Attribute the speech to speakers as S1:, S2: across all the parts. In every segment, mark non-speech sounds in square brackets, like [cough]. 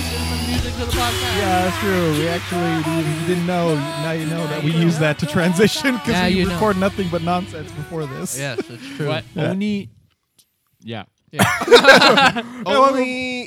S1: of the podcast.
S2: Yeah, that's true. We actually you- you didn't know. Now you know that we use that to transition because
S1: Now
S2: we
S1: you know.
S2: record nothing but nonsense before this.
S1: Yes, it's true.
S3: What only? Yeah.
S2: [laughs] Only-
S4: Only
S3: Uh,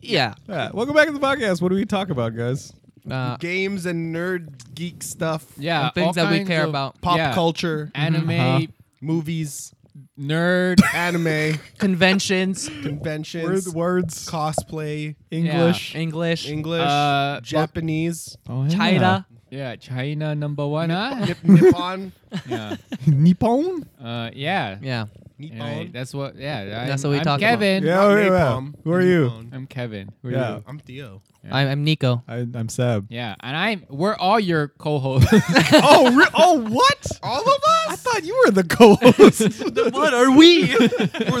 S1: Yeah.
S2: Yeah. Welcome back to the podcast. What do we talk about, guys?
S1: Uh,
S4: games and nerd geek stuff.
S3: Yeah.
S1: And things
S3: all
S1: that we
S3: kinds
S1: care
S3: of
S1: about.
S4: Pop
S3: yeah,
S4: culture,
S3: anime,
S2: Uh-huh.
S4: movies,
S3: nerd.
S4: [laughs] anime,
S1: conventions,
S4: conventions,
S2: Word, words,
S4: cosplay,
S2: English.
S1: English,
S4: English,
S3: Uh, [laughs]
S4: Japanese,
S2: Oh, yeah.
S1: China.
S3: yeah, China number one.
S4: [laughs]
S3: Huh?
S4: Nip- Nippon,
S3: yeah.
S2: [laughs] Nippon.
S3: Uh, yeah.
S1: Yeah.
S4: Nippon.
S3: Anyway, that's what. Yeah.
S1: That's
S3: I'm-
S1: what we
S3: I'm
S1: talk about.
S3: Kevin.
S2: Yeah. Oh, yeah.
S4: Napalm.
S2: Who are you?
S4: Nippon.
S3: I'm Kevin. Who are
S2: Yeah.
S3: you?
S4: I'm
S3: [laughs]
S4: Theo.
S1: I'm, I'm Nico.
S2: I, I'm Seb.
S3: Yeah. And I'm. We're all your co-hosts.
S2: oh, re- oh, what?
S4: All of
S2: I
S4: us?
S2: thought you were
S1: [laughs]
S2: the co-host.
S1: what are we? oh,
S4: We're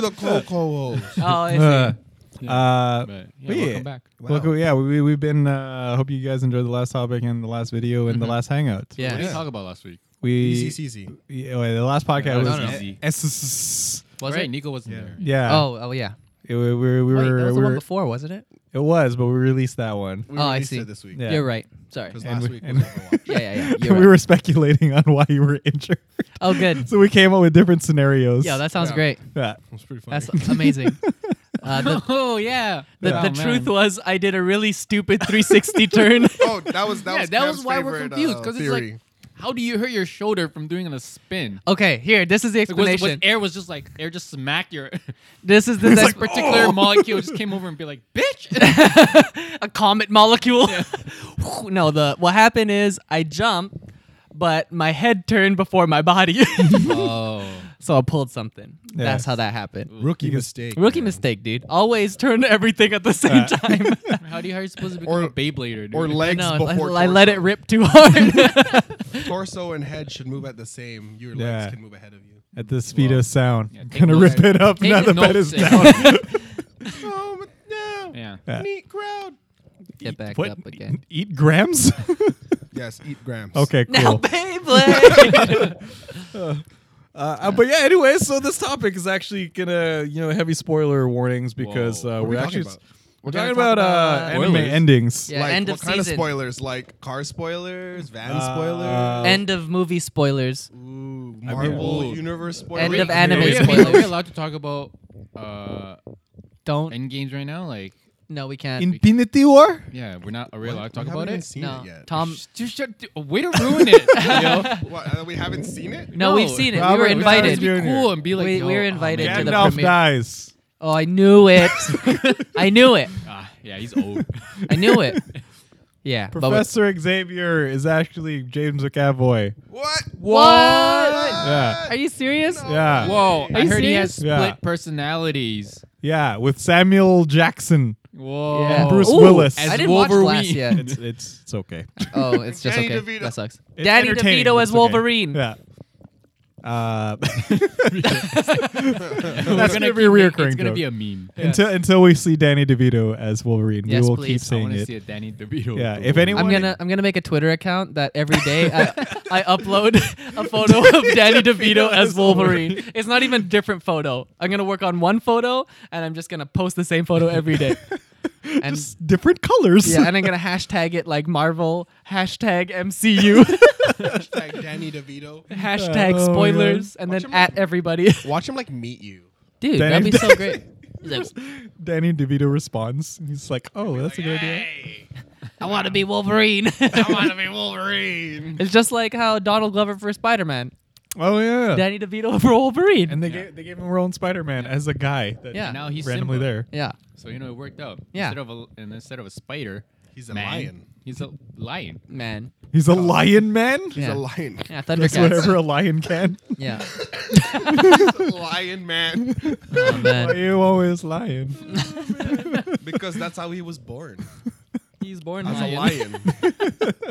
S3: [laughs]
S4: the co-hosts.
S1: I see.
S2: Uh,
S3: Yeah.
S2: uh,
S3: but yeah,
S2: but yeah.
S3: welcome back.
S2: Well, cool. yeah, we, we've been. uh, hope you guys enjoyed the last topic and the last video and the last
S1: [laughs]
S2: hangout.
S1: Mm-hmm. Yeah.
S3: What did you
S4: Yeah.
S3: talk about last week?
S2: we
S4: Easy, easy, easy.
S2: Yeah, wait, the last podcast
S3: No,
S2: was E-
S3: no, no. Easy.
S2: SSS.
S1: Was
S3: right,
S1: it?
S3: Nico wasn't
S4: Yeah.
S3: there.
S2: Yeah.
S1: Oh, oh yeah.
S2: It, we, we, we
S1: Wait,
S2: were.
S1: that was the
S2: we
S1: one
S2: were-
S1: before, wasn't it?
S2: It was, but we released that one.
S4: We
S1: Oh, I
S4: released
S1: see.
S4: it this week.
S2: Yeah.
S1: You're
S2: [laughs]
S1: right.
S4: [laughs]
S1: Sorry.
S4: Because
S2: And
S4: last
S2: we-
S4: week
S2: and- [laughs]
S4: was Overwatch.
S1: Yeah, yeah, yeah.
S2: we
S1: You're right.
S2: were speculating on why you were [laughs] injured,
S1: Oh, good.
S2: [laughs] so we came up with different scenarios.
S1: Yeah, that sounds
S4: Yeah.
S1: great.
S2: Yeah.
S4: It was pretty funny.
S1: That's amazing. Uh, the
S3: Oh yeah.
S1: the,
S2: Yeah.
S1: the
S3: Oh,
S1: truth
S3: man.
S1: was, I did a really stupid 360 turn.
S4: [laughs] oh, that was that
S3: Yeah,
S4: was
S3: that
S4: Cam's
S3: was why we're
S4: favorite,
S3: confused,
S4: uh,
S3: 'cause it's like-
S4: theory.
S3: How do you hurt your shoulder from doing a spin?
S1: okay, here. This is the
S3: Like, was,
S1: explanation.
S3: was air was just like air just smacked your [laughs]
S1: this is the
S3: this
S1: explanation.
S3: particular molecule just came over and be like bitch.
S1: a comet molecule. [laughs] no, the what happened is I jumped, but my head turned before my body, [laughs]
S3: oh,
S1: so I pulled something. That's
S2: Yes.
S1: how that happened.
S4: Rookie mistake.
S1: Rookie
S4: man.
S1: mistake, dude. Always turn [laughs] everything at the same time.
S3: how do you how are you supposed to become
S4: Or-
S3: a Beyblader? Dude?
S4: Or legs
S1: no, I,
S4: before
S1: I let it
S4: torso.
S1: rip too hard. [laughs]
S4: Torso and head should move at the same. Your legs
S2: Yeah.
S4: can move ahead of
S3: [laughs]
S4: you.
S2: At the speed
S3: Well,
S2: of sound,
S3: yeah, take
S2: gonna
S3: notes.
S2: rip it up
S3: Take
S2: now. The
S3: notes
S2: bed is
S3: and-
S2: down.
S4: Oh, but no.
S3: yeah.
S2: Yeah.
S4: Neat crowd.
S1: Get back
S2: What? e-,
S1: up again.
S2: Eat grams. [laughs]
S4: Yes, eat grams.
S3: Uh,
S2: okay, cool.
S1: Now, Beyblade.
S2: Uh, uh, but yeah, anyway, so this topic is actually gonna, you know, heavy spoiler warnings because
S3: Whoa.
S2: uh,
S4: What are
S2: we're
S4: we
S2: actually
S4: talking
S2: s-
S4: about?
S2: we're
S1: We're
S2: talking
S1: gonna talk
S2: about, uh,
S1: about-
S2: anime
S3: Spoilers.
S2: endings.
S1: Yeah,
S4: like,
S1: end
S4: what
S1: of
S4: kind
S1: season.
S4: of spoilers? Like car spoilers, van
S2: Uh,
S4: spoilers,
S1: End of movie spoilers.
S4: ooh,
S2: I
S4: Marvel
S3: mean-
S4: universe spoilers.
S1: End of
S3: Are
S1: anime
S3: we, are we- are we
S1: spoilers.
S3: allowed to talk about uh,
S1: Don't.
S3: end games right now? Like,
S1: No, we can't.
S2: Infinity War.
S3: yeah, we're not. Are we
S4: What?
S3: allowed to talk
S4: We
S3: about
S4: haven't even
S3: it?
S4: Seen
S1: no,
S4: it yet.
S1: Tom.
S3: Just shut, dude, way to
S1: [laughs]
S3: ruin it. [laughs] yo.
S4: What, uh, we haven't seen it.
S1: No, we've seen it.
S2: Robert
S1: we were
S2: Downey
S1: invited.
S2: Jr.
S3: Be cool and be like,
S1: We-
S3: yo,
S1: we were
S3: oh,
S1: invited
S3: man.
S1: to the
S2: Gandalf
S1: premiere.
S2: dies.
S1: Oh, I knew it. I knew it.
S3: Ah, yeah,
S2: [laughs]
S3: he's old.
S1: I knew [laughs] it. Yeah. but we-
S2: Professor Xavier is actually James McAvoy.
S4: What?
S1: What?
S2: Yeah.
S1: Are you serious?
S2: Yeah.
S3: Whoa,
S4: Are
S3: I
S1: you
S3: heard he has
S1: serious?
S3: split
S2: Yeah.
S3: personalities.
S2: Yeah, with Samuel Jackson.
S3: Whoa,
S1: Yeah.
S2: And Bruce Willis.
S1: Oh. I
S2: As
S1: didn't watch
S3: Wolverine.
S1: Glass yet. [laughs]
S2: It's it's, it's okay.
S1: Oh, it's just
S4: Danny
S1: okay.
S4: DeVito.
S1: That sucks.
S2: It's
S1: Danny
S2: entertaining.
S1: DeVito as
S2: It's okay.
S1: Wolverine.
S2: Yeah.
S1: [laughs]
S2: [laughs] Uh,
S3: We're
S2: That's gonna be a
S3: keep-
S2: reoccurring
S3: It's gonna
S2: joke.
S3: be a meme.
S2: until until we see Danny DeVito as Wolverine,
S1: Yes,
S2: we will keep
S1: please. I
S3: I
S2: saying
S3: want to
S2: it.
S3: see a Danny DeVito.
S2: Yeah,
S3: as
S2: if
S3: Wolverine.
S2: anyone-
S1: I'm gonna I'm gonna make a Twitter account that every day [laughs] I, I upload a photo of Danny DeVito as Wolverine. It's not even a different photo. I'm gonna work on one photo and I'm just gonna post the same photo every [laughs] day. And
S2: Just different colors.
S1: yeah, and I'm gonna hashtag it like Marvel hashtag [laughs] MCU
S4: Hashtag Danny DeVito.
S1: hashtag
S2: Oh,
S1: spoilers and
S4: Watch
S1: then
S4: him
S1: at everybody.
S4: Watch him like meet you.
S1: [laughs] Dude,
S2: Danny
S1: that'd be so great. He's like,
S2: [laughs] Danny DeVito responds. and He's like, "Oh, that's a good idea."
S1: I want to be Wolverine.
S4: I want to
S1: [laughs]
S4: be Wolverine.
S1: It's just like how Donald Glover for Spider Man,
S2: Oh yeah.
S1: Danny DeVito for Wolverine.
S2: and they gave they gave him a role in Spider Man as a guy. That
S1: Yeah.
S3: And now he's
S2: randomly
S3: Simba.
S2: there.
S1: yeah,
S3: So you know it worked out.
S1: Yeah.
S3: Instead of a, and instead of a spider,
S4: He's a
S3: man,
S4: lion.
S3: He's a lion.
S1: man.
S2: He's a lion man.
S4: He's
S1: Yeah.
S4: a lion. [laughs]
S1: Yeah,
S2: That's
S1: Thundercats.
S2: whatever a lion can.
S1: Yeah.
S4: lion man.
S1: Oh,
S2: Why
S1: man.
S2: you always lying?
S4: Because that's how he was born.
S1: He's born
S4: As
S1: lion.
S4: a lion.
S1: [laughs]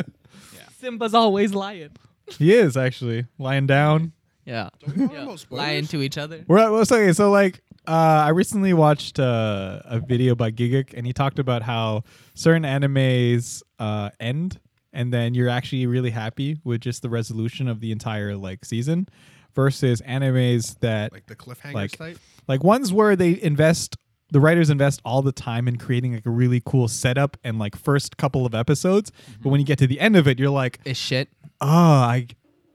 S1: Simba's always lion.
S2: he is actually lying down.
S1: Yeah.
S4: Talking about spoilers?
S1: Lying to each other.
S2: We're well, so, okay. So like, uh, I recently watched uh, a video by Gigik, and he talked about how certain animes uh, end, and then you're actually really happy with just the resolution of the entire like season, versus animes that
S4: Like the cliffhangers
S2: Like-
S4: type.
S2: like ones where they invest the writers invest all the time in creating like a really cool setup and like first couple of episodes. But when you get to the end of it, you're like,
S1: Is shit.
S2: oh, I,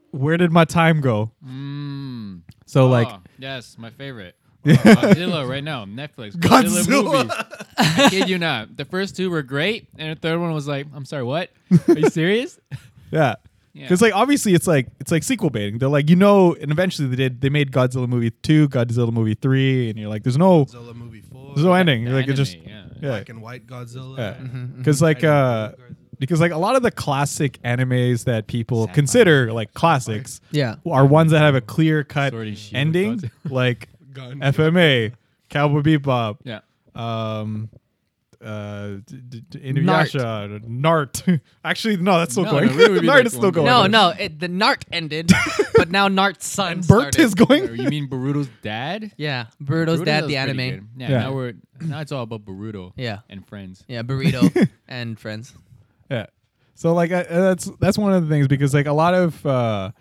S2: where did my time go?
S3: Mm.
S2: So like,
S3: Oh, yes,
S2: [laughs]
S3: my favorite. Wow, Godzilla right now, Netflix. Godzilla,
S2: Godzilla.
S3: movies. I kid you not. The first two were great, and the third one was like, I'm sorry, what? Are you serious?
S2: yeah.
S3: Yeah.
S2: Because like obviously it's like it's like sequel baiting. They're like you know, and eventually they did. They made Godzilla movie two, Godzilla movie three, and you're like, there's no,
S4: Godzilla movie four.
S2: there's no ending. You're [laughs]
S3: The
S2: like it
S3: anime,
S2: just
S3: yeah.
S2: yeah,
S4: Black and white Godzilla.
S2: Yeah.
S1: Mm-hmm,
S2: because like uh, because like a lot of the classic animes that people consider like classics
S1: Yeah.
S2: are ones that have a clear cut
S3: Sword and Shield,
S2: ending,
S3: Godzilla. [laughs]
S2: like
S4: Gun.
S2: FMA, Cowboy Bebop,
S3: Yeah.
S2: um, uh, d- d- d- Inuyasha, Nart. [laughs] Actually, no, that's still
S3: No,
S2: going.
S3: Naruto would
S2: [laughs]
S3: be
S2: Nart
S3: like
S2: Oh, is still
S3: one.
S2: going.
S1: No, no. It, the Nart ended, but now Nart's son.
S2: Bert
S1: started.
S2: is going.
S3: you mean Boruto's
S1: [laughs]
S3: dad?
S1: Yeah, Burrito's
S3: Boruto
S1: dad,
S3: was
S1: the
S3: pretty
S1: anime.
S3: good. Yeah,
S2: Yeah.
S3: Now we're now it's all about Boruto.
S1: Yeah.
S3: And friends.
S1: Yeah, burrito and friends.
S2: Yeah. So like I, uh, that's that's one of the things because like a lot of uh,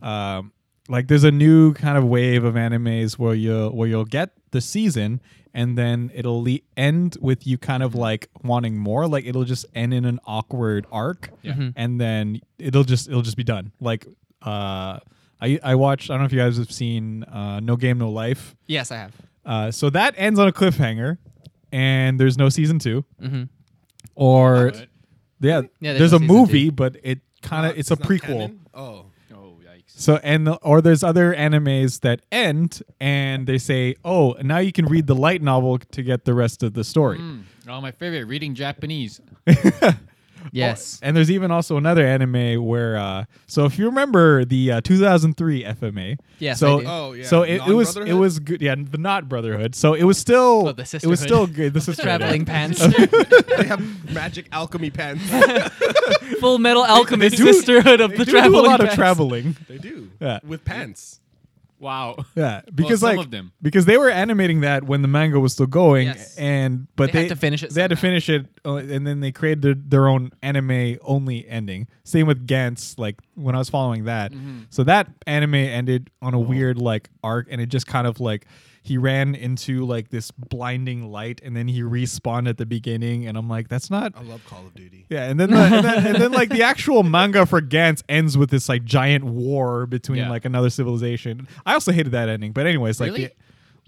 S2: um, like there's a new kind of wave of animes where you where you'll get the season and then it'll le- end with you kind of like wanting more like it'll just end in an awkward arc
S3: Yeah. Mhm.
S2: and then it'll just it'll just be done like uh I I watched I don't know if you guys have seen uh No Game No Life
S1: Yes, I have.
S2: uh so that ends on a cliffhanger and there's no season 2 or
S3: What?
S2: yeah,
S1: Mm-hmm. Yeah,
S2: there's,
S1: there's no
S2: a
S1: season
S2: movie, but it kind of
S4: Not-
S2: it's a
S4: not
S2: prequel.
S4: Uh, canon? Oh, [laughs]
S3: Oh yikes.
S2: So and the, or there's other animes that end and they say, "Oh, now you can read the light novel to get the rest of the story."
S3: Mm. Oh, my favorite reading Japanese.
S1: Yes.
S2: And there's even also another anime where uh so if you remember the uh, 2003 FMA.
S1: Yes,
S2: So
S1: I do.
S4: Oh, yeah.
S2: So it, it was it
S4: Non-brotherhood?
S2: was good yeah, the not brotherhood. So it was still
S1: Oh, the
S2: it was
S1: sisterhood.
S2: still good. The sisterhood, yeah.
S1: [laughs] Traveling
S2: [laughs]
S1: pants.
S4: they have magic alchemy [laughs] pens.
S1: Full Metal Alchemist
S2: do-
S1: Sisterhood of
S2: They
S1: the
S2: do
S1: traveling
S2: do a lot
S1: pants.
S2: of traveling.
S4: they do
S2: Yeah.
S4: with pants.
S3: Wow.
S2: Yeah, because
S3: some
S2: like
S3: of them.
S2: because they were animating that when the manga was still going,
S1: Yes.
S2: and but
S1: They
S2: they,
S1: had to finish it
S2: They had to
S1: somehow.
S2: finish it, uh, and then they created their, their own anime only ending. Same with Gantz. Like when I was following that,
S1: Mm-hmm.
S2: so that anime ended on a weird like arc, and it just kind of like he ran into like this blinding light, and then he respawned at the beginning, and I'm like, that's not.
S4: I love Call of Duty.
S2: Yeah, and then, the, and then and then like the actual manga for Gantz ends with this like giant war between
S3: Yeah.
S2: like another civilization. I also hated that ending, but anyways, like
S3: Really?
S2: the,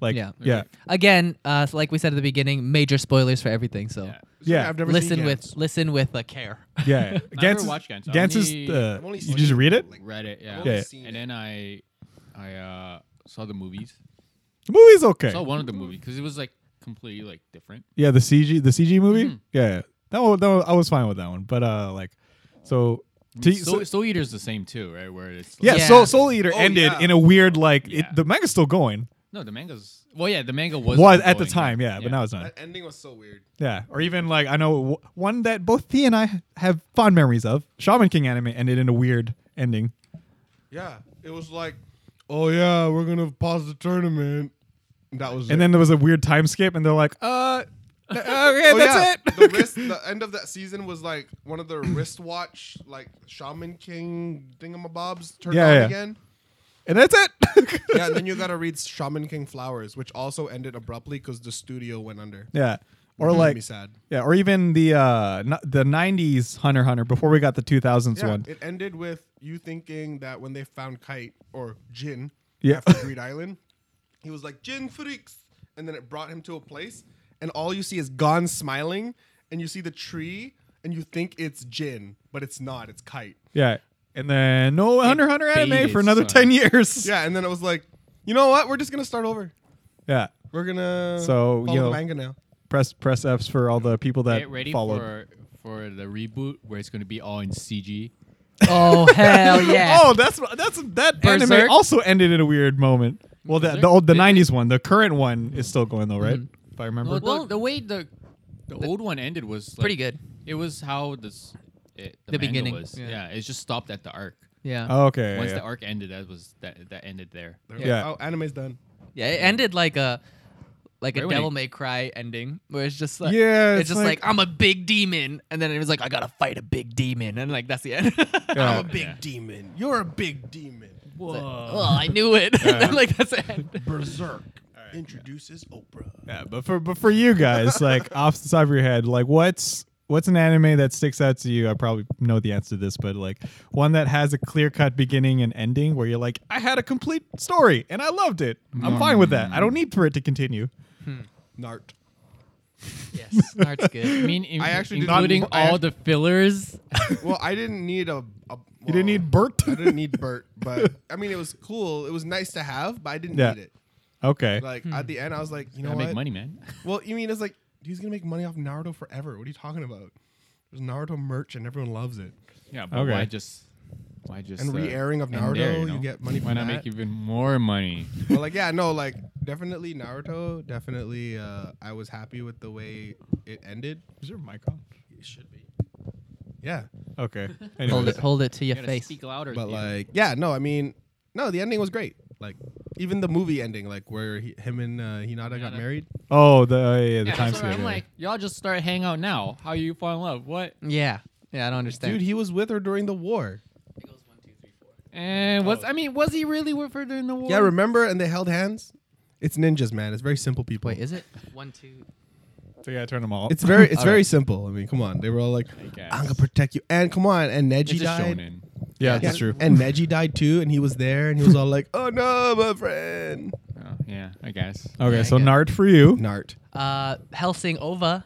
S2: like
S1: Yeah.
S2: yeah, yeah,
S1: Again, uh, like we said at the beginning, major spoilers for everything. So
S3: Yeah.
S2: yeah.
S4: I've never
S1: listen
S4: seen
S1: with
S4: Gantz.
S1: listen with uh,
S2: [laughs]
S1: care.
S3: [laughs]
S2: yeah.
S3: never
S2: Gantz, is-
S3: watched Gantz. I've
S2: Gantz is
S3: only-
S2: the
S4: I've only
S2: you
S4: seen
S2: just read it.
S4: like,
S3: Read it, yeah.
S4: I've only
S2: Yeah.
S4: seen
S3: And
S4: it.
S3: then I I uh saw the movies.
S2: The movie's okay.
S3: Saw one of the movies because it was like completely like different.
S2: Yeah, the CG the CG movie.
S3: Mhm.
S2: Yeah, yeah. that one, that one I was fine with that one, but uh, like so. to-
S3: Soul, Soul Eater's the same too, right? Where it's like,
S2: yeah,
S1: Yeah.
S2: Soul, Soul Eater
S4: Oh,
S2: ended
S4: yeah.
S2: in a weird like
S3: Yeah.
S2: it, the manga's still going.
S3: no, the manga's well, yeah, the manga was
S2: Was, at the
S3: ongoing,
S2: time, yeah, but now it's not.
S4: That ending was so weird.
S2: Yeah, or even like I know w- one that both Thea and I have fond memories of. Shaman King anime ended in a weird ending.
S4: Yeah, it was like, oh yeah, we're gonna pause the tournament. And that was.
S2: And
S4: it.
S2: then there was a weird time skip, and they're like, uh,
S4: [laughs]
S2: okay,
S4: Oh,
S2: that's
S4: yeah.
S2: it.
S4: the wrist. The end of that season was like one of the wristwatch, like Shaman King thingamabobs turned
S2: Yeah,
S4: on
S2: yeah.
S4: again.
S2: [laughs] and that's it. [laughs]
S4: Yeah, and then you gotta read Shaman King Flowers, which also ended abruptly because the studio went under.
S2: yeah. Or
S4: Which made
S2: like,
S4: me sad.
S2: yeah, or even the uh, n- the '90s Hunter x Hunter before we got the 2000s
S4: Yeah,
S2: one.
S4: it ended with you thinking that when they found Kite or Jin
S2: Yeah.
S4: after Greed Island, he was like Jin freaks, and then it brought him to a place, and all you see is Gon smiling, and you see the tree, and you think it's Jin, but it's not. It's Kite.
S2: [laughs] yeah, and then no Hunter x Hunter anime
S3: dated
S2: for another
S3: son.
S2: ten years.
S4: Yeah, and then it was like, you know what? We're just gonna start over.
S2: yeah.
S4: We're gonna
S2: So,
S4: follow
S2: you know-
S4: the manga now.
S2: Press press Fs for all the people that
S3: Get ready
S2: followed.
S3: for for the reboot where it's gonna be all in CG.
S1: oh hell yeah!
S2: [laughs] Oh, that's that's that anime
S1: Berserk?
S2: also ended in a weird moment. Well, the, the
S3: Berserk?
S2: old the
S3: Did it?
S2: '90s one, the current one is still going though, right? If I remember.
S3: Well,
S1: Well,
S3: the, the way the the old one ended was like,
S1: Pretty good.
S3: It was how this it, the,
S1: The
S3: manga
S1: beginning,
S3: was.
S1: yeah.
S3: Yeah. it just stopped at the arc.
S1: Yeah,
S2: Oh, okay.
S3: Once
S2: yeah.
S3: the arc ended, that was that that ended there.
S4: They're
S2: Yeah.
S4: Like, oh, anime's done.
S1: yeah. It ended like a like
S3: Right
S1: a
S3: when
S1: Devil
S3: he-
S1: May Cry ending, where it's just like
S2: Yeah,
S1: it's,
S2: it's
S1: just
S2: like-
S1: like, I'm a big demon, and then it was like I gotta fight a big demon, and like that's the end. [laughs]
S2: Yeah.
S4: I'm a big
S3: Yeah.
S4: demon. You're a big demon.
S1: [laughs] It's like, oh, I knew it. And then, like that's the end.
S4: Berserk. introduces Oprah.
S2: Yeah, but for but for you guys, like off the top of your head, like what's what's an anime that sticks out to you? I probably know the answer to this, but like one that has a clear cut beginning and ending where you're like, I had a complete story and I loved it. I'm fine with that. I don't need for it to continue.
S4: Nart.
S1: Yes, that's
S3: I
S1: good.
S3: mean, in-
S4: I actually did not-
S3: including
S4: I
S3: all
S4: act-
S3: the fillers.
S4: [laughs] Well, I didn't need a. a
S2: You didn't need Bert.
S4: I didn't need Bert, but I mean, it was cool. It was nice to have, but I didn't
S2: Yeah.
S4: need it.
S2: okay.
S4: Like at the end, I was like, you know
S3: Gotta
S4: what?
S3: make money, man. [laughs]
S4: Well, you mean it's like he's gonna make money off Naruto forever? What are you talking about? There's Naruto merch and everyone loves it.
S3: Yeah, but
S2: Okay.
S3: why just why just
S4: And
S3: uh,
S4: re-airing of
S3: end there,
S4: Naruto, you
S3: know?
S4: get money
S3: Why
S4: from
S3: not
S4: that?
S3: make even more money?
S4: but like, yeah, no, like definitely Naruto. Definitely, uh, I was happy with the way it ended.
S2: Is your mic on?
S4: It should be. Yeah,
S2: Okay.
S1: Hold
S2: Anyways.
S1: it, hold it to your
S3: You gotta
S1: face.
S3: speak louder.
S4: but
S3: dude.
S4: like, yeah, no, I mean, no, the ending was great. Like, even the movie ending, like where he, him and uh, Hinata got
S3: Hinata.
S4: married.
S2: Oh, the uh, yeah, the
S3: yeah,
S2: time
S3: that's why
S2: skip.
S3: I'm like, y'all just start hanging out now. How you fall in love? What?
S1: Yeah, yeah, I don't understand.
S4: Dude, he was with her during the war.
S3: And what's?
S2: Oh.
S3: I mean, was he really with her during the war?
S4: Yeah, remember? And they held hands. It's ninjas, man. It's very simple, people.
S1: Wait, is it one, two?
S2: So yeah, I turn them all.
S4: It's very, it's
S1: All
S4: very
S1: right.
S4: simple. I mean, come on. They were all like,
S3: guess.
S4: "I'm gonna protect you," and come on, and Neji
S3: It's a
S4: died.
S3: shonen.
S2: yeah,
S1: yeah.
S2: that's true.
S4: And Neji died too, and he was there, and he was all like, "Oh no, my friend."
S3: Oh, yeah, I guess.
S2: Okay,
S1: Yeah,
S2: so
S1: I get it.
S2: Nart for you.
S4: Nart.
S1: Uh, Helsing Ova.